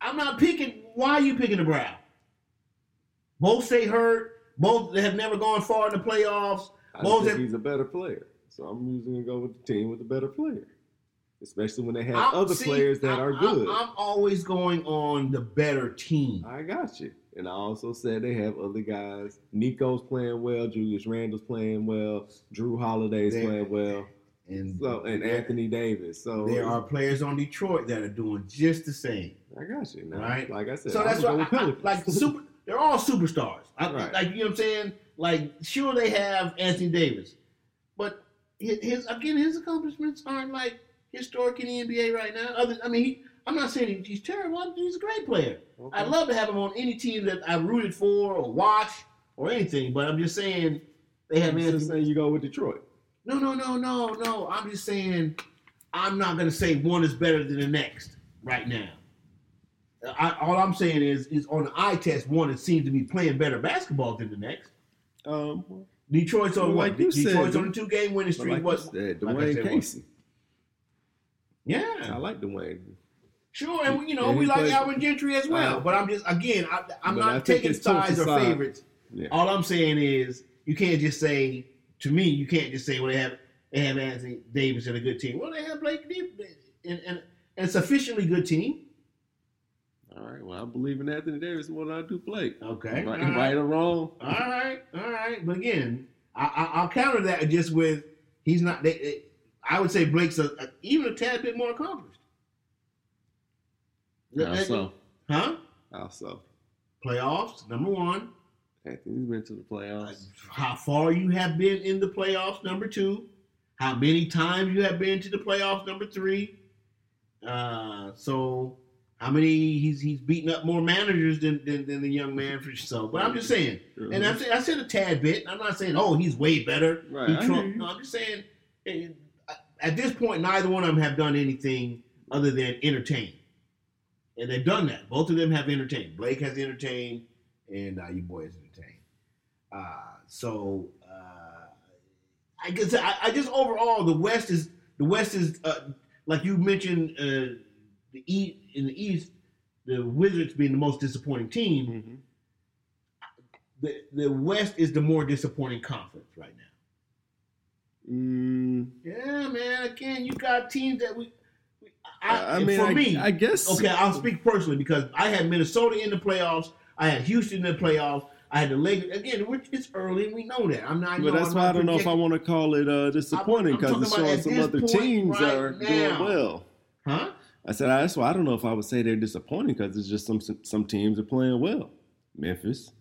Speaker 4: I'm not picking. Why are you picking the Brown? Both stay hurt. Both have never gone far in the playoffs.
Speaker 1: I
Speaker 4: Both
Speaker 1: think
Speaker 4: have
Speaker 1: he's a better player. So I'm usually gonna go with the team with the better player. Especially when they have
Speaker 4: I'm-
Speaker 1: other
Speaker 4: see,
Speaker 1: players that
Speaker 4: I'm-
Speaker 1: are
Speaker 4: I'm-
Speaker 1: good.
Speaker 4: I'm, always going on the better team.
Speaker 1: I got you. And I also said they have other guys. Nico's playing well. Julius Randle's playing well. Drew Holiday's
Speaker 4: They-
Speaker 1: playing well.
Speaker 4: And
Speaker 1: So and Anthony Davis. So
Speaker 4: There are players on Detroit that are doing just the same.
Speaker 1: I got you. Now,
Speaker 4: Right.
Speaker 1: Like I said,
Speaker 4: So
Speaker 1: I'm
Speaker 4: that's
Speaker 1: gonna
Speaker 4: why,
Speaker 1: go
Speaker 4: I- I-
Speaker 1: with Pelicans.
Speaker 4: like super, they're all superstars. I,
Speaker 1: Right.
Speaker 4: Like you know what I'm saying? Like sure they have Anthony Davis, but his, his again his accomplishments aren't like historic in the NBA right now. Other, I mean, he, I'm not saying he- he's terrible. I think He's a great player.
Speaker 1: Okay.
Speaker 4: I'd love to have him on any team that I rooted for or watch or anything. But I'm just saying they have
Speaker 1: You
Speaker 4: Anthony.
Speaker 1: just saying you go with Detroit.
Speaker 4: No, no, no, no, no. I'm just saying, I'm not gonna say one is better than the next right now. I, all I'm saying is, is on the eye test, one it seems to be playing better basketball than the next.
Speaker 1: Um,
Speaker 4: Detroit's on
Speaker 1: Well,
Speaker 4: what?
Speaker 1: like you said,
Speaker 4: Detroit's on
Speaker 1: dude.
Speaker 4: a two game winning
Speaker 1: but
Speaker 4: streak.
Speaker 1: like
Speaker 4: what?
Speaker 1: you said,
Speaker 4: like I
Speaker 1: Dwayne
Speaker 4: said, what-
Speaker 1: Casey. I
Speaker 4: Yeah,
Speaker 1: like Dwayne.
Speaker 4: sure, and you know
Speaker 1: Yeah, he
Speaker 4: we like
Speaker 1: played-
Speaker 4: Alvin Gentry as well.
Speaker 1: Uh,
Speaker 4: but I'm just again, I, I'm
Speaker 1: but I
Speaker 4: not
Speaker 1: think
Speaker 4: taking
Speaker 1: it's towards
Speaker 4: sides
Speaker 1: the
Speaker 4: or
Speaker 1: side.
Speaker 4: favorites.
Speaker 1: Yeah.
Speaker 4: All I'm saying is, you can't just say to me, you can't just say, well, they have they have Anthony Davis and a good team. Well, they have Blake Deep and and, and a sufficiently good team.
Speaker 1: All right. Well, I believe in Anthony Davis more than I do Blake.
Speaker 4: Okay,
Speaker 1: Right,
Speaker 4: all
Speaker 1: right or wrong.
Speaker 4: all right, all right. But again, I, I, I'll counter that just with he's not. They, they, I would say Blake's a, a- even a tad bit more accomplished.
Speaker 1: Also,
Speaker 4: Huh?
Speaker 1: also,
Speaker 4: Playoffs number one.
Speaker 1: Anthony's been to the
Speaker 4: Uh,
Speaker 1: playoffs.
Speaker 4: how far you have been in the playoffs, number two, how many times you have been to the playoffs, number three. Uh, so how many he's he's beaten up more managers than than, than the young man for so. But I'm just saying, and
Speaker 1: Mhm.
Speaker 4: I said I said a tad bit. I'm not saying oh he's way better.
Speaker 1: Right,
Speaker 4: he
Speaker 1: I
Speaker 4: trump-
Speaker 1: hear you.
Speaker 4: No, I'm just saying eh, at this point neither one of them have done anything other than entertain, and they've done that. Both of them have entertained. Blake has entertained, and uh, your boy has entertained. Uh, so uh, I guess I, I just overall the West is the West is uh, like you mentioned uh, the E in the East, the Wizards being the most disappointing team.
Speaker 1: Mhm. Mm-hmm.
Speaker 4: The the West is the more disappointing conference right now.
Speaker 1: Mm,
Speaker 4: Yeah, man. Again, you got teams that we. we- I,
Speaker 1: I, I mean,
Speaker 4: for
Speaker 1: I,
Speaker 4: me,
Speaker 1: I guess.
Speaker 4: okay, I'll speak personally because I had Minnesota in the playoffs. I had Houston in the playoffs. I had the Lakers. Again, we're- it's early and we know that. I'm not. I
Speaker 1: But
Speaker 4: know
Speaker 1: that's
Speaker 4: I'm
Speaker 1: why
Speaker 4: not
Speaker 1: I don't know if I
Speaker 4: predicting-
Speaker 1: want to call it uh, disappointing
Speaker 4: I'm
Speaker 1: because
Speaker 4: talking
Speaker 1: it's
Speaker 4: about
Speaker 1: showing
Speaker 4: at
Speaker 1: some
Speaker 4: this
Speaker 1: other
Speaker 4: point
Speaker 1: teams
Speaker 4: right
Speaker 1: are doing
Speaker 4: now.
Speaker 1: well.
Speaker 4: Huh?
Speaker 1: I said that's why I don't know if I would say they're disappointing because it's just some some teams are playing well. Memphis,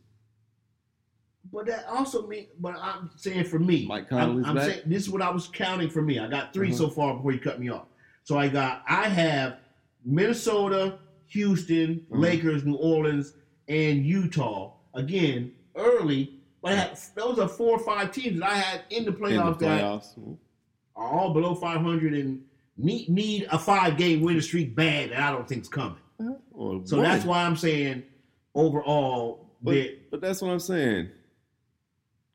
Speaker 4: But that also means, but I'm saying for me,
Speaker 1: Mike
Speaker 4: I'm-
Speaker 1: Conley's
Speaker 4: I'm,
Speaker 1: back.
Speaker 4: saying this is what I was counting for me. I got 3
Speaker 1: Uh-huh.
Speaker 4: so far before you cut me off. So I got, I have Minnesota, Houston,
Speaker 1: Uh-huh.
Speaker 4: Lakers, New Orleans, and Utah. Again, early, but I had, those are four or five teams that I had in the
Speaker 1: in the
Speaker 4: playoffs that
Speaker 1: playoffs.
Speaker 4: are all below 500 and need need a five game winning streak bad that I don't think's coming.
Speaker 1: Or
Speaker 4: So
Speaker 1: one.
Speaker 4: that's why I'm saying overall,
Speaker 1: But,
Speaker 4: that
Speaker 1: but that's what I'm saying.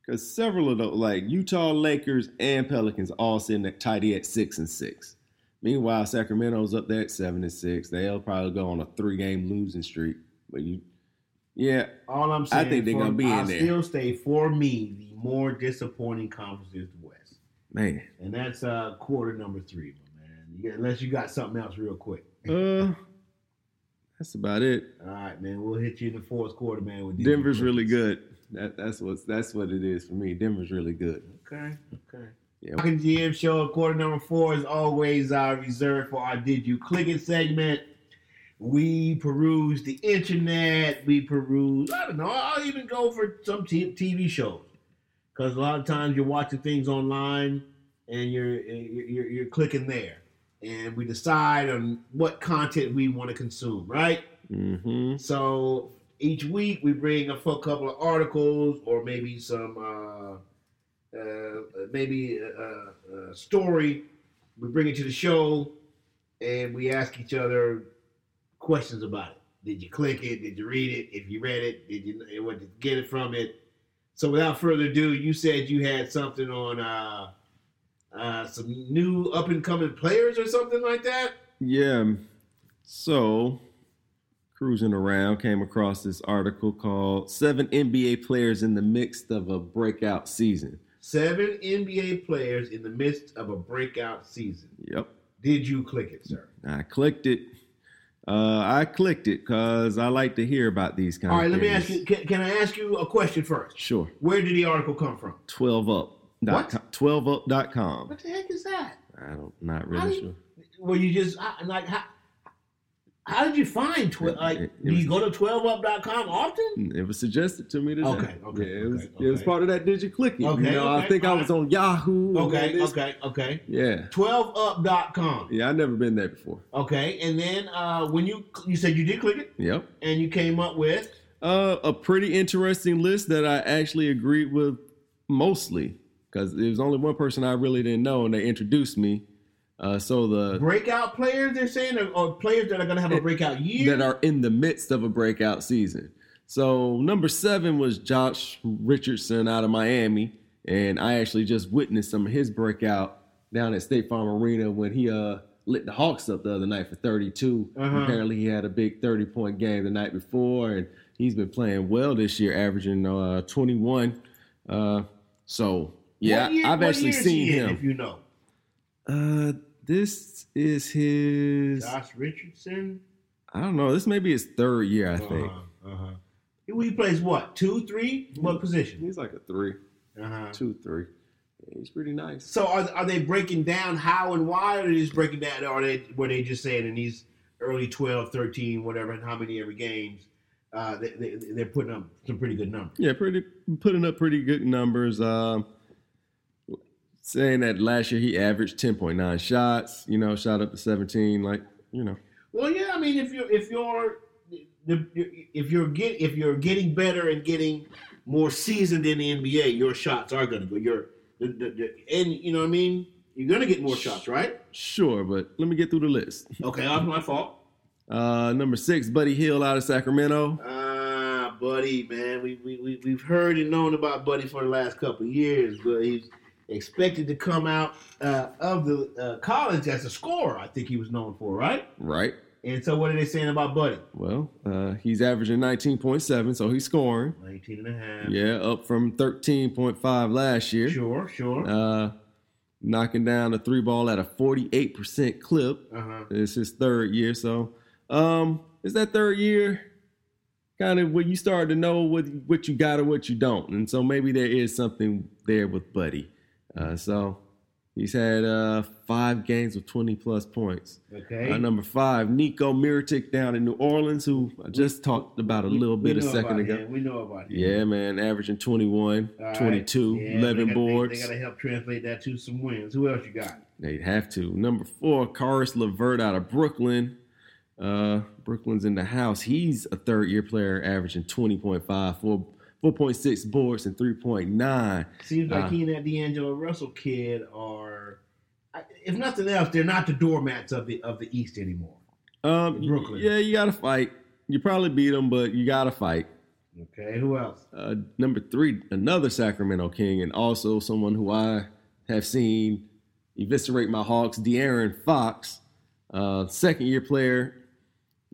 Speaker 1: Because several of those, like Utah, Lakers, and Pelicans, all sitting at tidy at six and six. Meanwhile, Sacramento's up there at seven and six. They'll probably go on a three-game losing streak. But you, yeah,
Speaker 4: All I'm
Speaker 1: I
Speaker 4: saying,
Speaker 1: think they're
Speaker 4: for-
Speaker 1: gonna be
Speaker 4: I
Speaker 1: in there.
Speaker 4: Still stay for me. The more disappointing conference is the West,
Speaker 1: man.
Speaker 4: and that's uh, quarter number three, my man. Yeah, unless you got something else real quick.
Speaker 1: Uh, that's about it.
Speaker 4: All right, man. We'll hit you in the fourth quarter, man. With these
Speaker 1: Denver's
Speaker 4: predictions.
Speaker 1: really good. That, that's what that's what it is for me. Denver's really good.
Speaker 4: Okay, okay.
Speaker 1: Yeah.
Speaker 4: Rockin' GM show, quarter number four is always uh, reserved for our Did You Click It segment. We peruse the internet. We peruse, I don't know, I'll even go for some t- TV shows. Because a lot of times you're watching things online and you're, you're, you're, you're clicking there. And we decide on what content we want to consume, right?
Speaker 1: Mm-hmm.
Speaker 4: So each week we bring a fu- couple of articles or maybe some, uh, uh, maybe a, a story. We bring it to the show and we ask each other questions about it. Did you click it? Did you read it? If you read it, did you what did you get it from it? So without further ado, you said you had something on uh, uh, some new up and coming players or something like that.
Speaker 1: Yeah. So, cruising around, came across this article called Seven NBA Players in the Midst of a Breakout Season.
Speaker 4: Seven NBA players in the midst of a breakout season.
Speaker 1: Yep.
Speaker 4: Did you click it, sir?
Speaker 1: I clicked it. Uh, I clicked it because I like to hear about these kind
Speaker 4: All
Speaker 1: of
Speaker 4: right, let me ask
Speaker 1: things.
Speaker 4: you. Can, can I ask you a question first?
Speaker 1: Sure.
Speaker 4: Where did the article come from?
Speaker 1: 12up.
Speaker 4: What?
Speaker 1: 12up.com.
Speaker 4: What the heck is that?
Speaker 1: I don't, not
Speaker 4: How do
Speaker 1: really
Speaker 4: you-
Speaker 1: sure.
Speaker 4: Well, you just I, like how, how did you find
Speaker 1: It-
Speaker 4: twelve? Like,
Speaker 1: it- it
Speaker 4: do you
Speaker 1: was-
Speaker 4: go to twelveup.com often?
Speaker 1: It was suggested to me today.
Speaker 4: Okay, okay,
Speaker 1: Yeah, it, was,
Speaker 4: okay,
Speaker 1: it was
Speaker 4: okay.
Speaker 1: part of that digit clicking.
Speaker 4: Okay,
Speaker 1: you know,
Speaker 4: okay,
Speaker 1: I think I
Speaker 4: fine.
Speaker 1: was on Yahoo. and all
Speaker 4: Okay,
Speaker 1: this.
Speaker 4: okay, okay.
Speaker 1: Yeah,
Speaker 4: Twelveup.com.
Speaker 1: yeah. I've never been there before.
Speaker 4: Okay, and then uh, when you you said you did click it
Speaker 1: Yep.
Speaker 4: and you came up with
Speaker 1: Uh, a pretty interesting list that I actually agreed with mostly because there was only one person I really didn't know, and they introduced me. Uh, so the
Speaker 4: breakout players. They're saying or, or players that are going to have a breakout year.
Speaker 1: that are in the midst of a breakout season. So number seven was Josh Richardson out of Miami, and I actually just witnessed some of his breakout down at State Farm Arena when he uh lit the Hawks up the other night for 32.
Speaker 4: Uh-huh.
Speaker 1: Apparently, he had a big 30 point game the night before, and he's been playing well this year, averaging uh 21. Uh, so yeah,
Speaker 4: What year-
Speaker 1: I've
Speaker 4: what
Speaker 1: actually
Speaker 4: year is
Speaker 1: seen
Speaker 4: he in,
Speaker 1: him.
Speaker 4: If you know,
Speaker 1: Uh, this is his.
Speaker 4: Josh Richardson.
Speaker 1: I don't know. This may be his third year. I think.
Speaker 4: Uh-huh, uh-huh. He- He plays what? Two, three? What position?
Speaker 1: He's like a three,
Speaker 4: Uh-huh.
Speaker 1: two, three. Yeah, he's pretty nice.
Speaker 4: So are, are they breaking down how and why, or are they just breaking down? Or are they were they just saying in these early 12, 13, whatever, how many ever games? Uh, they, they, they're putting up some pretty good numbers.
Speaker 1: Yeah, pretty putting up pretty good numbers. Um, saying that last year he averaged ten point nine shots. You know, shot up to seventeen. Like you know,
Speaker 4: Well, yeah, I mean, if you're if you're the, if you're get if you're getting better and getting more seasoned in the NBA, your shots are going to go. Your the, the, the, and you know what I mean. You're going to get more shots, right?
Speaker 1: sure. But let me get through the list.
Speaker 4: Okay, that's my fault.
Speaker 1: Uh, number six, Buddy Hill out of Sacramento.
Speaker 4: Ah, buddy, man, we, we, we, we've heard and known about Buddy for the last couple of years, but he's expected to come out uh, of the uh, college as a scorer, I think he was known for, right?
Speaker 1: Right.
Speaker 4: And so, what are they saying about Buddy?
Speaker 1: Well, uh, he's averaging nineteen point seven, so he's scoring.
Speaker 4: 19 and a half.
Speaker 1: Yeah, up from thirteen point five last year.
Speaker 4: Sure, sure. Uh
Speaker 1: Uh, knocking down a three ball at a forty eight percent clip.
Speaker 4: huh.
Speaker 1: It's his third year, so um, it's that third year kind of when you start to know what what you got and what you don't, and so maybe there is something there with Buddy. Uh, so he's had uh, five games with twenty plus points.
Speaker 4: Okay.
Speaker 1: Uh, number five, Nico Miritic down in New Orleans, who I just talked about a little
Speaker 4: We
Speaker 1: bit a
Speaker 4: know
Speaker 1: second
Speaker 4: about
Speaker 1: ago.
Speaker 4: him. We know about him.
Speaker 1: Yeah, man, averaging 21,
Speaker 4: All right.
Speaker 1: 22,
Speaker 4: Yeah,
Speaker 1: 11
Speaker 4: they gotta-
Speaker 1: boards.
Speaker 4: They, got to help translate that to some wins. Who else you got?
Speaker 1: They'd have to. Number four, Karis Levert out of Brooklyn. Uh, Brooklyn's in the house. He's a third year player, averaging 20.5, 4, 4.6 boards, and 3.9.
Speaker 4: Seems like
Speaker 1: Uh.
Speaker 4: he and that D'Angelo Russell kid are, I- if nothing else, they're not the doormats of the of the East anymore.
Speaker 1: Um,
Speaker 4: Brooklyn.
Speaker 1: Yeah, you got to fight. You probably beat him, but you got to fight.
Speaker 4: Okay, who else?
Speaker 1: Uh, number three, another Sacramento King, and also someone who I have seen eviscerate my Hawks, De'Aaron Fox, uh, second year player.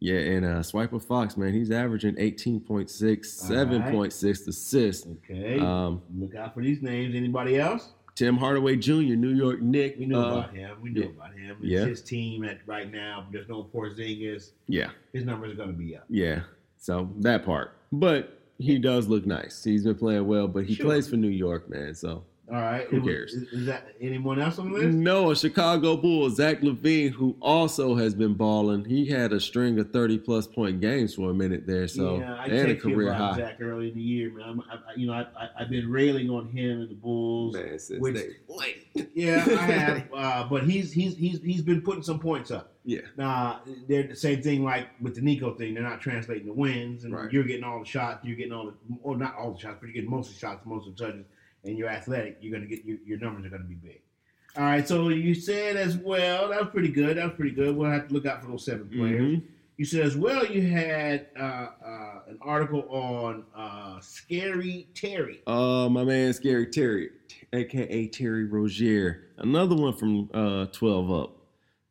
Speaker 1: Yeah, and uh, Swiper Fox, man, he's averaging 18.6, 7.6 assists.
Speaker 4: Okay,
Speaker 1: Um,
Speaker 4: look out for these names. Anybody else?
Speaker 1: Tim Hardaway Jr., New York Knicks.
Speaker 4: We know
Speaker 1: uh,
Speaker 4: about him. We know
Speaker 1: yeah.
Speaker 4: about him. It's
Speaker 1: Yeah.
Speaker 4: his team at right now. There's no Porzingis.
Speaker 1: Yeah,
Speaker 4: His numbers are going to be up.
Speaker 1: yeah. So that part. But he does look nice. He's been playing well, but he
Speaker 4: Sure.
Speaker 1: plays for New York, man. So
Speaker 4: All right.
Speaker 1: Who
Speaker 4: It was-
Speaker 1: cares? Mm,
Speaker 4: Is, is that anyone else on the list?
Speaker 1: No, a Chicago Bull, Zach Levine, who also has been balling. He had a string of thirty plus point games for a minute there, so
Speaker 4: yeah, I
Speaker 1: and
Speaker 4: texted
Speaker 1: a
Speaker 4: you
Speaker 1: career
Speaker 4: about
Speaker 1: high.
Speaker 4: Zach early in the year, man. I'm, I, I- you know, I, I, I've been railing on him and the Bulls.
Speaker 1: Man, since
Speaker 4: Which-
Speaker 1: they-
Speaker 4: Yeah, I have. uh, but he's he's he's he's been putting some points up.
Speaker 1: yeah,
Speaker 4: Nah, they're the same thing like with the Nico thing. They're not translating the wins, and
Speaker 1: Right.
Speaker 4: you're getting all the shots. You're getting all the, or not all the shots, but you're getting most of the shots, most of the touches, and you're athletic. You're gonna get your, your numbers are gonna be big. All right, so you said as well. That was pretty good. That was pretty good. We'll have to look out for those seven players.
Speaker 1: Mhm.
Speaker 4: You said as well. You had uh, uh, an article on uh, Scary Terry.
Speaker 1: Uh, my man, Scary Terry, aka Terry Rozier, another one from uh, Twelve Up.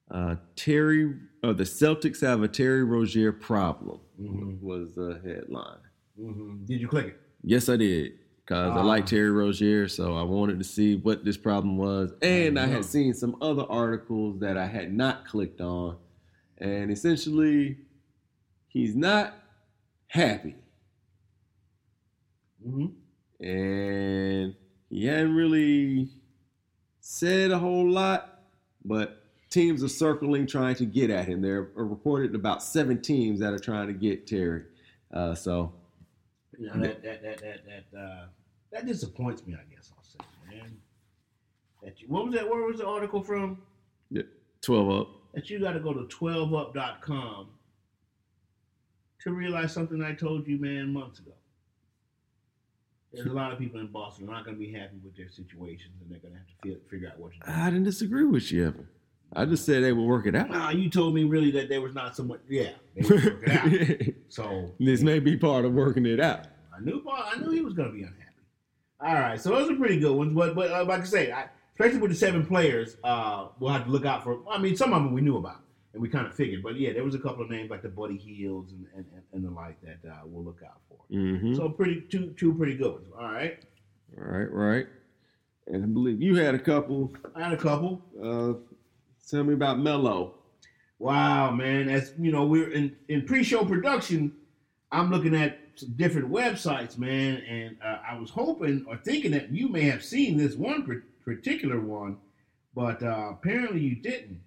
Speaker 1: Uh, Terry, uh, the Celtics have a Terry Rozier problem
Speaker 4: Mhm.
Speaker 1: was the headline.
Speaker 4: Mhm. Did you click it?
Speaker 1: Yes, I did. Cause I
Speaker 4: Ah.
Speaker 1: like Terry Rozier, so I wanted to see what this problem was, and I had seen some other articles that I had not clicked on, and essentially, he's not happy,
Speaker 4: Mhm.
Speaker 1: and he hadn't really said a whole lot, but teams are circling trying to get at him. There are reported about seven teams that are trying to get Terry, uh, so
Speaker 4: You know, that that that that that, uh, that disappoints me. I guess I'll say, man. That you, what was that? Where was the article from?
Speaker 1: twelve up.
Speaker 4: That you got to go to 12up.com to realize something I told you, man, months ago. There's a lot of people in Boston who are not going to be happy with their situations, and they're going to have to feel, figure out what to do.
Speaker 1: I didn't disagree with you, Evan. I just said they would work it out.
Speaker 4: Nah, you told me really that there was not so much. Yeah, they were working out.
Speaker 1: this
Speaker 4: So
Speaker 1: may be part of working it out.
Speaker 4: I knew Paul, I knew he was going to be unhappy. All right, so those are pretty good ones. But but uh, like I say, I, especially with the seven players, uh, we'll have to look out for. I mean, some of them we knew about and we kind of figured, but yeah, there was a couple of names like the Buddy Heels and and, and, and the like that uh, we'll look out for.
Speaker 1: Mm-hmm.
Speaker 4: So pretty two two pretty good ones. All right,
Speaker 1: Right, right. And I believe you had a couple.
Speaker 4: I had a couple.
Speaker 1: Uh, tell me about Mello.
Speaker 4: Wow, man, that's you know we're in in pre-show production. I'm looking at some different websites, man, and uh, I was hoping or thinking that you may have seen this one par- particular one, but uh, apparently you didn't.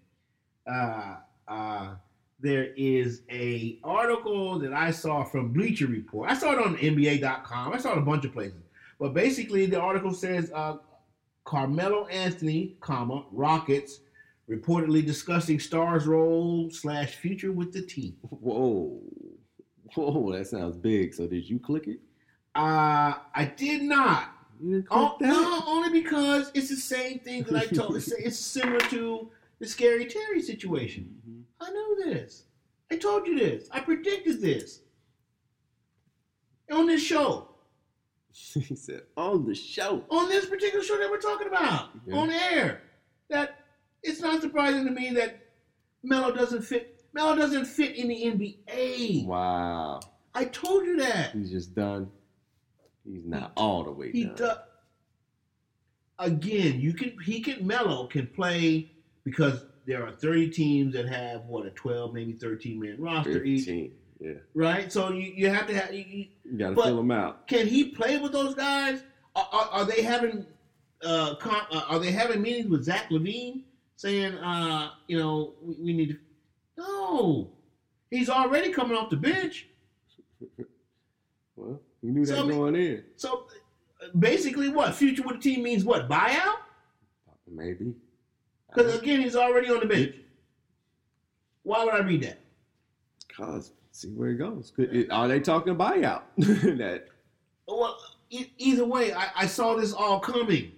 Speaker 4: Uh, uh, there is a article that I saw from Bleacher Report. I saw it on NBA.com. I saw it a bunch of places, but basically the article says uh, Carmelo Anthony, comma Rockets reportedly discussing Star's role slash future with the team.
Speaker 1: Whoa. Whoa, that sounds big. So did you click it?
Speaker 4: Uh, I did not.
Speaker 1: You didn't click
Speaker 4: Oh,
Speaker 1: that?
Speaker 4: no, only because it's the same thing that I told. It's, it's similar to the Scary Terry situation.
Speaker 1: Mhm.
Speaker 4: I know this. I told you this. I predicted this on this show,
Speaker 1: he said, on the show.
Speaker 4: on this particular show that we're talking about,
Speaker 1: Yeah.
Speaker 4: on air. That it's not surprising to me that Melo doesn't fit. Melo doesn't fit in the NBA.
Speaker 1: Wow.
Speaker 4: I told you that.
Speaker 1: He's just done. He's not all the way
Speaker 4: He
Speaker 1: done.
Speaker 4: does. Again, you can he can Mello can play because there are thirty teams that have what a twelve maybe thirteen man roster each,
Speaker 1: 15. Yeah.
Speaker 4: right? So you, you have to have. You, you-
Speaker 1: You got to
Speaker 4: But-
Speaker 1: fill him out.
Speaker 4: can he play with those guys? Are, are, are they having uh, com, uh, are they having meetings with Zach Levine saying uh, you know we, we need to? No, he's already coming off the bench.
Speaker 1: Well, you knew that
Speaker 4: So, I mean-
Speaker 1: going in.
Speaker 4: So uh, basically, what future with the team means? What buyout?
Speaker 1: Maybe.
Speaker 4: Because again, he's already on the bench. Why would I read that?
Speaker 1: Cause see where it goes. Could, it, are they talking buyout? that
Speaker 4: Well, e- either way, I, I saw this all coming.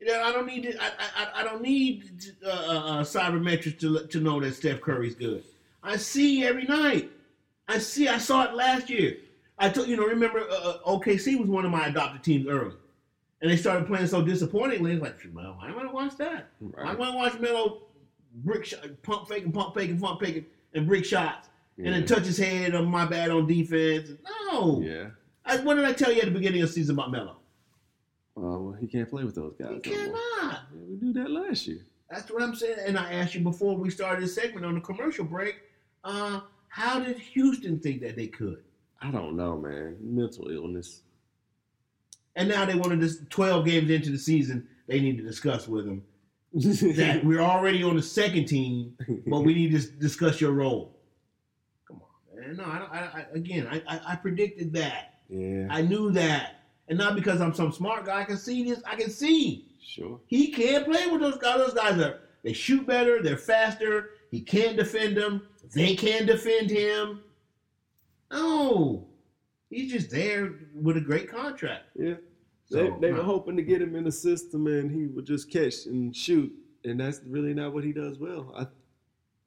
Speaker 4: You know, I don't need to, I, I, I- I don't need uh, uh, uh, cybermetrics to to know that Steph Curry's good. I see every night. I see. I saw it last year. I told you know. Remember, uh, uh, OKC was one of my adopted teams early, and they started playing so disappointingly. It's like, well, why am I to watch that? I
Speaker 1: right?
Speaker 4: want to watch Melo brick shot, pump faking, pump faking, pump faking, and brick shots, and
Speaker 1: yeah.
Speaker 4: then touch his head on my bad on defense. No,
Speaker 1: yeah.
Speaker 4: I, what did I tell you at the beginning of the season about Melo?
Speaker 1: Uh, well, he can't play with those guys.
Speaker 4: He
Speaker 1: no more.
Speaker 4: cannot.
Speaker 1: Yeah, we knew that last year.
Speaker 4: That's what I'm saying. And I asked you before we started this segment on the commercial break. Uh, how did Houston think that they could?
Speaker 1: I don't know, man. Mental illness.
Speaker 4: And now they wanted this 12 games into the season. They need to discuss with him that
Speaker 1: that
Speaker 4: we're already on the second team, but we need to s- discuss your role. Come on, man. No, I don't. I, I, again, I, I, I predicted that.
Speaker 1: yeah,
Speaker 4: I knew that, and not because I'm some smart guy. I can see this. I can see
Speaker 1: sure.
Speaker 4: he can't play with those guys. Those guys are they shoot better. They're faster. He can defend them. They can defend him. No, he's just there with a great contract.
Speaker 1: Yeah, they,
Speaker 4: So,
Speaker 1: they were
Speaker 4: no.
Speaker 1: hoping to get him in the system, and he would just catch and shoot, and that's really not what he does well. I,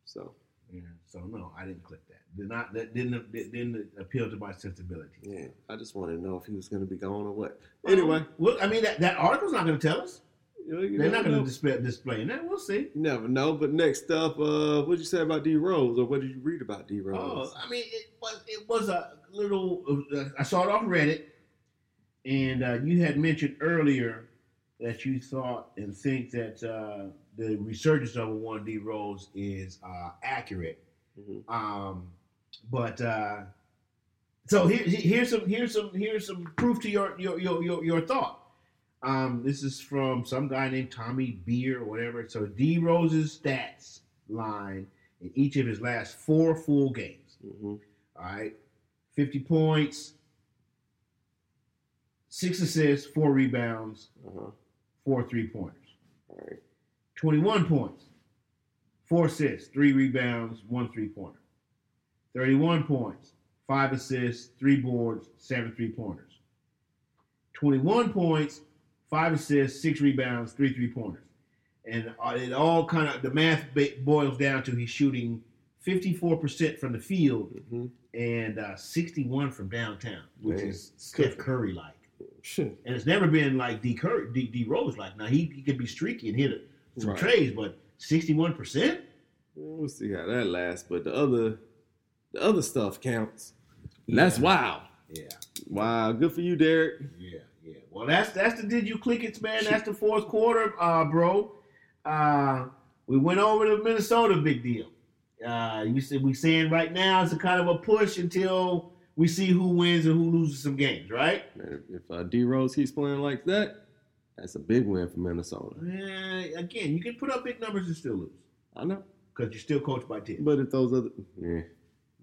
Speaker 1: so
Speaker 4: Yeah, so no, I didn't click that. Did not that didn't that didn't appeal to my sensibility.
Speaker 1: yeah, I just wanted to know if he was going to be gone or what. Anyway,
Speaker 4: well, I mean that, that article's not going to tell us.
Speaker 1: You know, you
Speaker 4: They're not
Speaker 1: never
Speaker 4: going
Speaker 1: know.
Speaker 4: to display, display that. We'll see.
Speaker 1: You never know. But next up, uh, what you say about D Rose, or what did you read about D
Speaker 4: Oh,
Speaker 1: Rose?
Speaker 4: I mean, it was it was a little. Uh, I saw it off Reddit, and uh, you had mentioned earlier that you thought and think that uh, the resurgence of a one D Rose is uh, accurate.
Speaker 1: Mhm.
Speaker 4: Um, but uh, so here, here's some here's some here's some proof to your your your your, your thought. Um, this is from some guy named Tommy Beer or whatever. So D Rose's stats line in each of his last four full games.
Speaker 1: Mhm.
Speaker 4: All right, fifty points, six assists, four rebounds,
Speaker 1: Uh-huh.
Speaker 4: four three pointers.
Speaker 1: All right.
Speaker 4: 21 points, four assists, three rebounds, one three pointer. 31 points, five assists, three boards, seven three pointers. 21 points, five assists, six rebounds, three three pointers. And uh, it all kind of, the math ba- boils down to he's shooting 54% from the field
Speaker 1: Mhm.
Speaker 4: and uh, 61 from downtown, which
Speaker 1: Man,
Speaker 4: is Steph
Speaker 1: cooking.
Speaker 4: Curry like.
Speaker 1: Shit.
Speaker 4: And it's never been like D Curry, D, D Rose like. Now he, he could be streaky and hit it some
Speaker 1: Right.
Speaker 4: trades, but sixty-one percent.
Speaker 1: We'll see how that lasts. But the other, the other stuff counts. And That's wild.
Speaker 4: Yeah,
Speaker 1: Wow. Good for you, Derek.
Speaker 4: yeah, yeah. Well, that's that's the did you click it, man? That's the fourth quarter, uh, bro. Uh, we went over to Minnesota, big deal. Uh, you said we saying right now it's a kind of a push until we see who wins and who loses some games, right?
Speaker 1: Man, if uh, D Rose keeps playing like that, that's a big win for Minnesota.
Speaker 4: Eh, again, you can put up big numbers and still lose
Speaker 1: I know.
Speaker 4: because you're still coached by Tibbs.
Speaker 1: But if those other, yeah,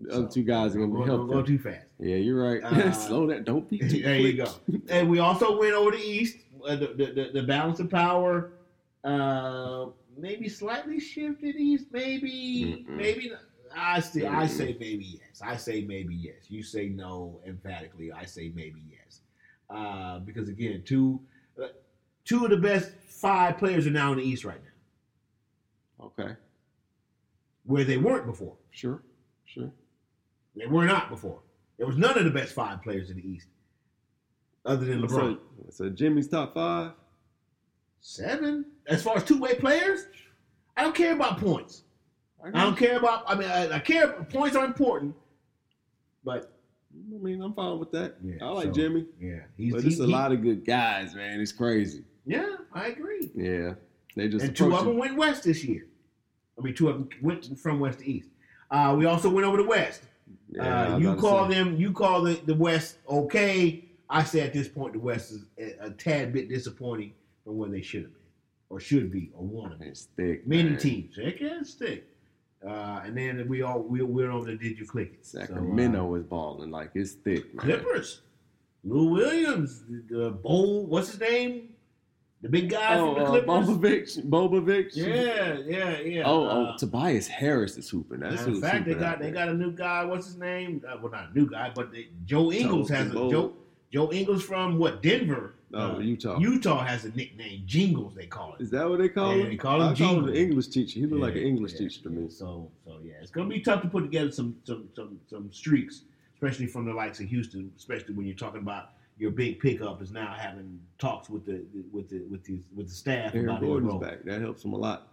Speaker 1: the
Speaker 4: So,
Speaker 1: other two guys are gonna be
Speaker 4: Don't don't
Speaker 1: helpful.
Speaker 4: go too fast.
Speaker 1: Yeah, you're right.
Speaker 4: Uh,
Speaker 1: Slow that. Don't be too
Speaker 4: there you
Speaker 1: quick.
Speaker 4: go. And we also went over the East. Uh, the, the, the, the balance of power uh, maybe slightly shifted East. Maybe,
Speaker 1: Mm-mm.
Speaker 4: maybe. Not. I say, I
Speaker 1: Mm-mm.
Speaker 4: say maybe yes. I say maybe yes. You say no emphatically. I say maybe yes. Uh, because again, two uh, two of the best five players are now in the East right now,
Speaker 1: Okay.
Speaker 4: where they weren't before.
Speaker 1: Sure. Sure.
Speaker 4: They were not before. There was none of the best five players in the East, other than LeBron.
Speaker 1: So, so Jimmy's top five.
Speaker 4: Seven? As far as two way players, I don't care about points. I don't care about. I mean, I, I care. Points are important, but
Speaker 1: I mean, I'm fine with that.
Speaker 4: Yeah,
Speaker 1: I like
Speaker 4: so-
Speaker 1: Jimmy,
Speaker 4: yeah, he's
Speaker 1: but it's
Speaker 4: he-
Speaker 1: a
Speaker 4: he-
Speaker 1: lot of good guys, man. It's crazy.
Speaker 4: Yeah, I agree.
Speaker 1: Yeah, they just
Speaker 4: and two of
Speaker 1: approach
Speaker 4: them went west this year. I mean, two of them went from west to east. Uh, we also went over the west.
Speaker 1: it. Yeah, I
Speaker 4: uh,
Speaker 1: was
Speaker 4: you
Speaker 1: about to
Speaker 4: call
Speaker 1: say.
Speaker 4: them. You call the, the west okay. I say at this point, the west is a, a tad bit disappointing from where they should have been, or should be, or want to be.
Speaker 1: It's thick.
Speaker 4: many
Speaker 1: man.
Speaker 4: teams. They can't stick. Uh, and then we all we we're on the did you click it? So, uh,
Speaker 1: Sacramento is balling like it's thick, man.
Speaker 4: Clippers, Lou Williams, the, the bowl. What's his name? The big guy
Speaker 1: Oh,
Speaker 4: from the
Speaker 1: uh,
Speaker 4: Clippers.
Speaker 1: Bobovich, Bobovich.
Speaker 4: yeah, yeah, yeah.
Speaker 1: Oh,
Speaker 4: Uh,
Speaker 1: oh, Tobias Harris is hooping. That's
Speaker 4: matter of
Speaker 1: who's
Speaker 4: fact, they
Speaker 1: hooping
Speaker 4: got
Speaker 1: out
Speaker 4: they
Speaker 1: there.
Speaker 4: got a new guy. What's his name? Uh, well, not a new guy, but they, Joe Ingles has a
Speaker 1: Bowl.
Speaker 4: Joe. Joe Ingles from what Denver?
Speaker 1: Oh,
Speaker 4: uh,
Speaker 1: Utah.
Speaker 4: Utah has a nickname, Jingles. They call it.
Speaker 1: Is that what they call
Speaker 4: Yeah,
Speaker 1: him?
Speaker 4: they call him
Speaker 1: I call him
Speaker 4: Jingle.
Speaker 1: the English teacher. He looked like an
Speaker 4: Yeah,
Speaker 1: English
Speaker 4: yeah,
Speaker 1: teacher to
Speaker 4: yeah.
Speaker 1: me.
Speaker 4: So so yeah, it's gonna be tough to put together some some some some streaks, especially from the likes of Houston, especially when you're talking about your big pickup is now having talks with the with the with the with the staff
Speaker 1: Aaron
Speaker 4: about his
Speaker 1: Gordon's
Speaker 4: role.
Speaker 1: back. That helps him a lot.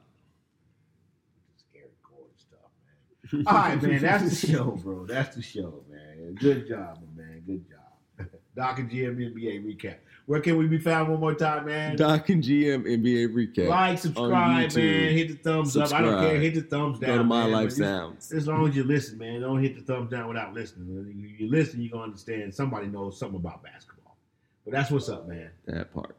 Speaker 4: This Aaron Gordon stuff, man. All right, man, that's the show, bro. That's the show, man. Good job, my man. Good job. Doc and GM NBA recap. Where can we be found one more time, man?
Speaker 1: Doc and GM NBA recap.
Speaker 4: Like, subscribe,
Speaker 1: YouTube.
Speaker 4: man. Hit the thumbs up. I don't
Speaker 1: Subscribe.
Speaker 4: care. Hit the thumbs down.
Speaker 1: Go to my
Speaker 4: man,
Speaker 1: life
Speaker 4: but you-
Speaker 1: sounds.
Speaker 4: As long as you listen, man, don't hit the thumbs down without listening. You, you listen, you're gonna understand. Somebody knows something about basketball, but that's what's up, man.
Speaker 1: That part.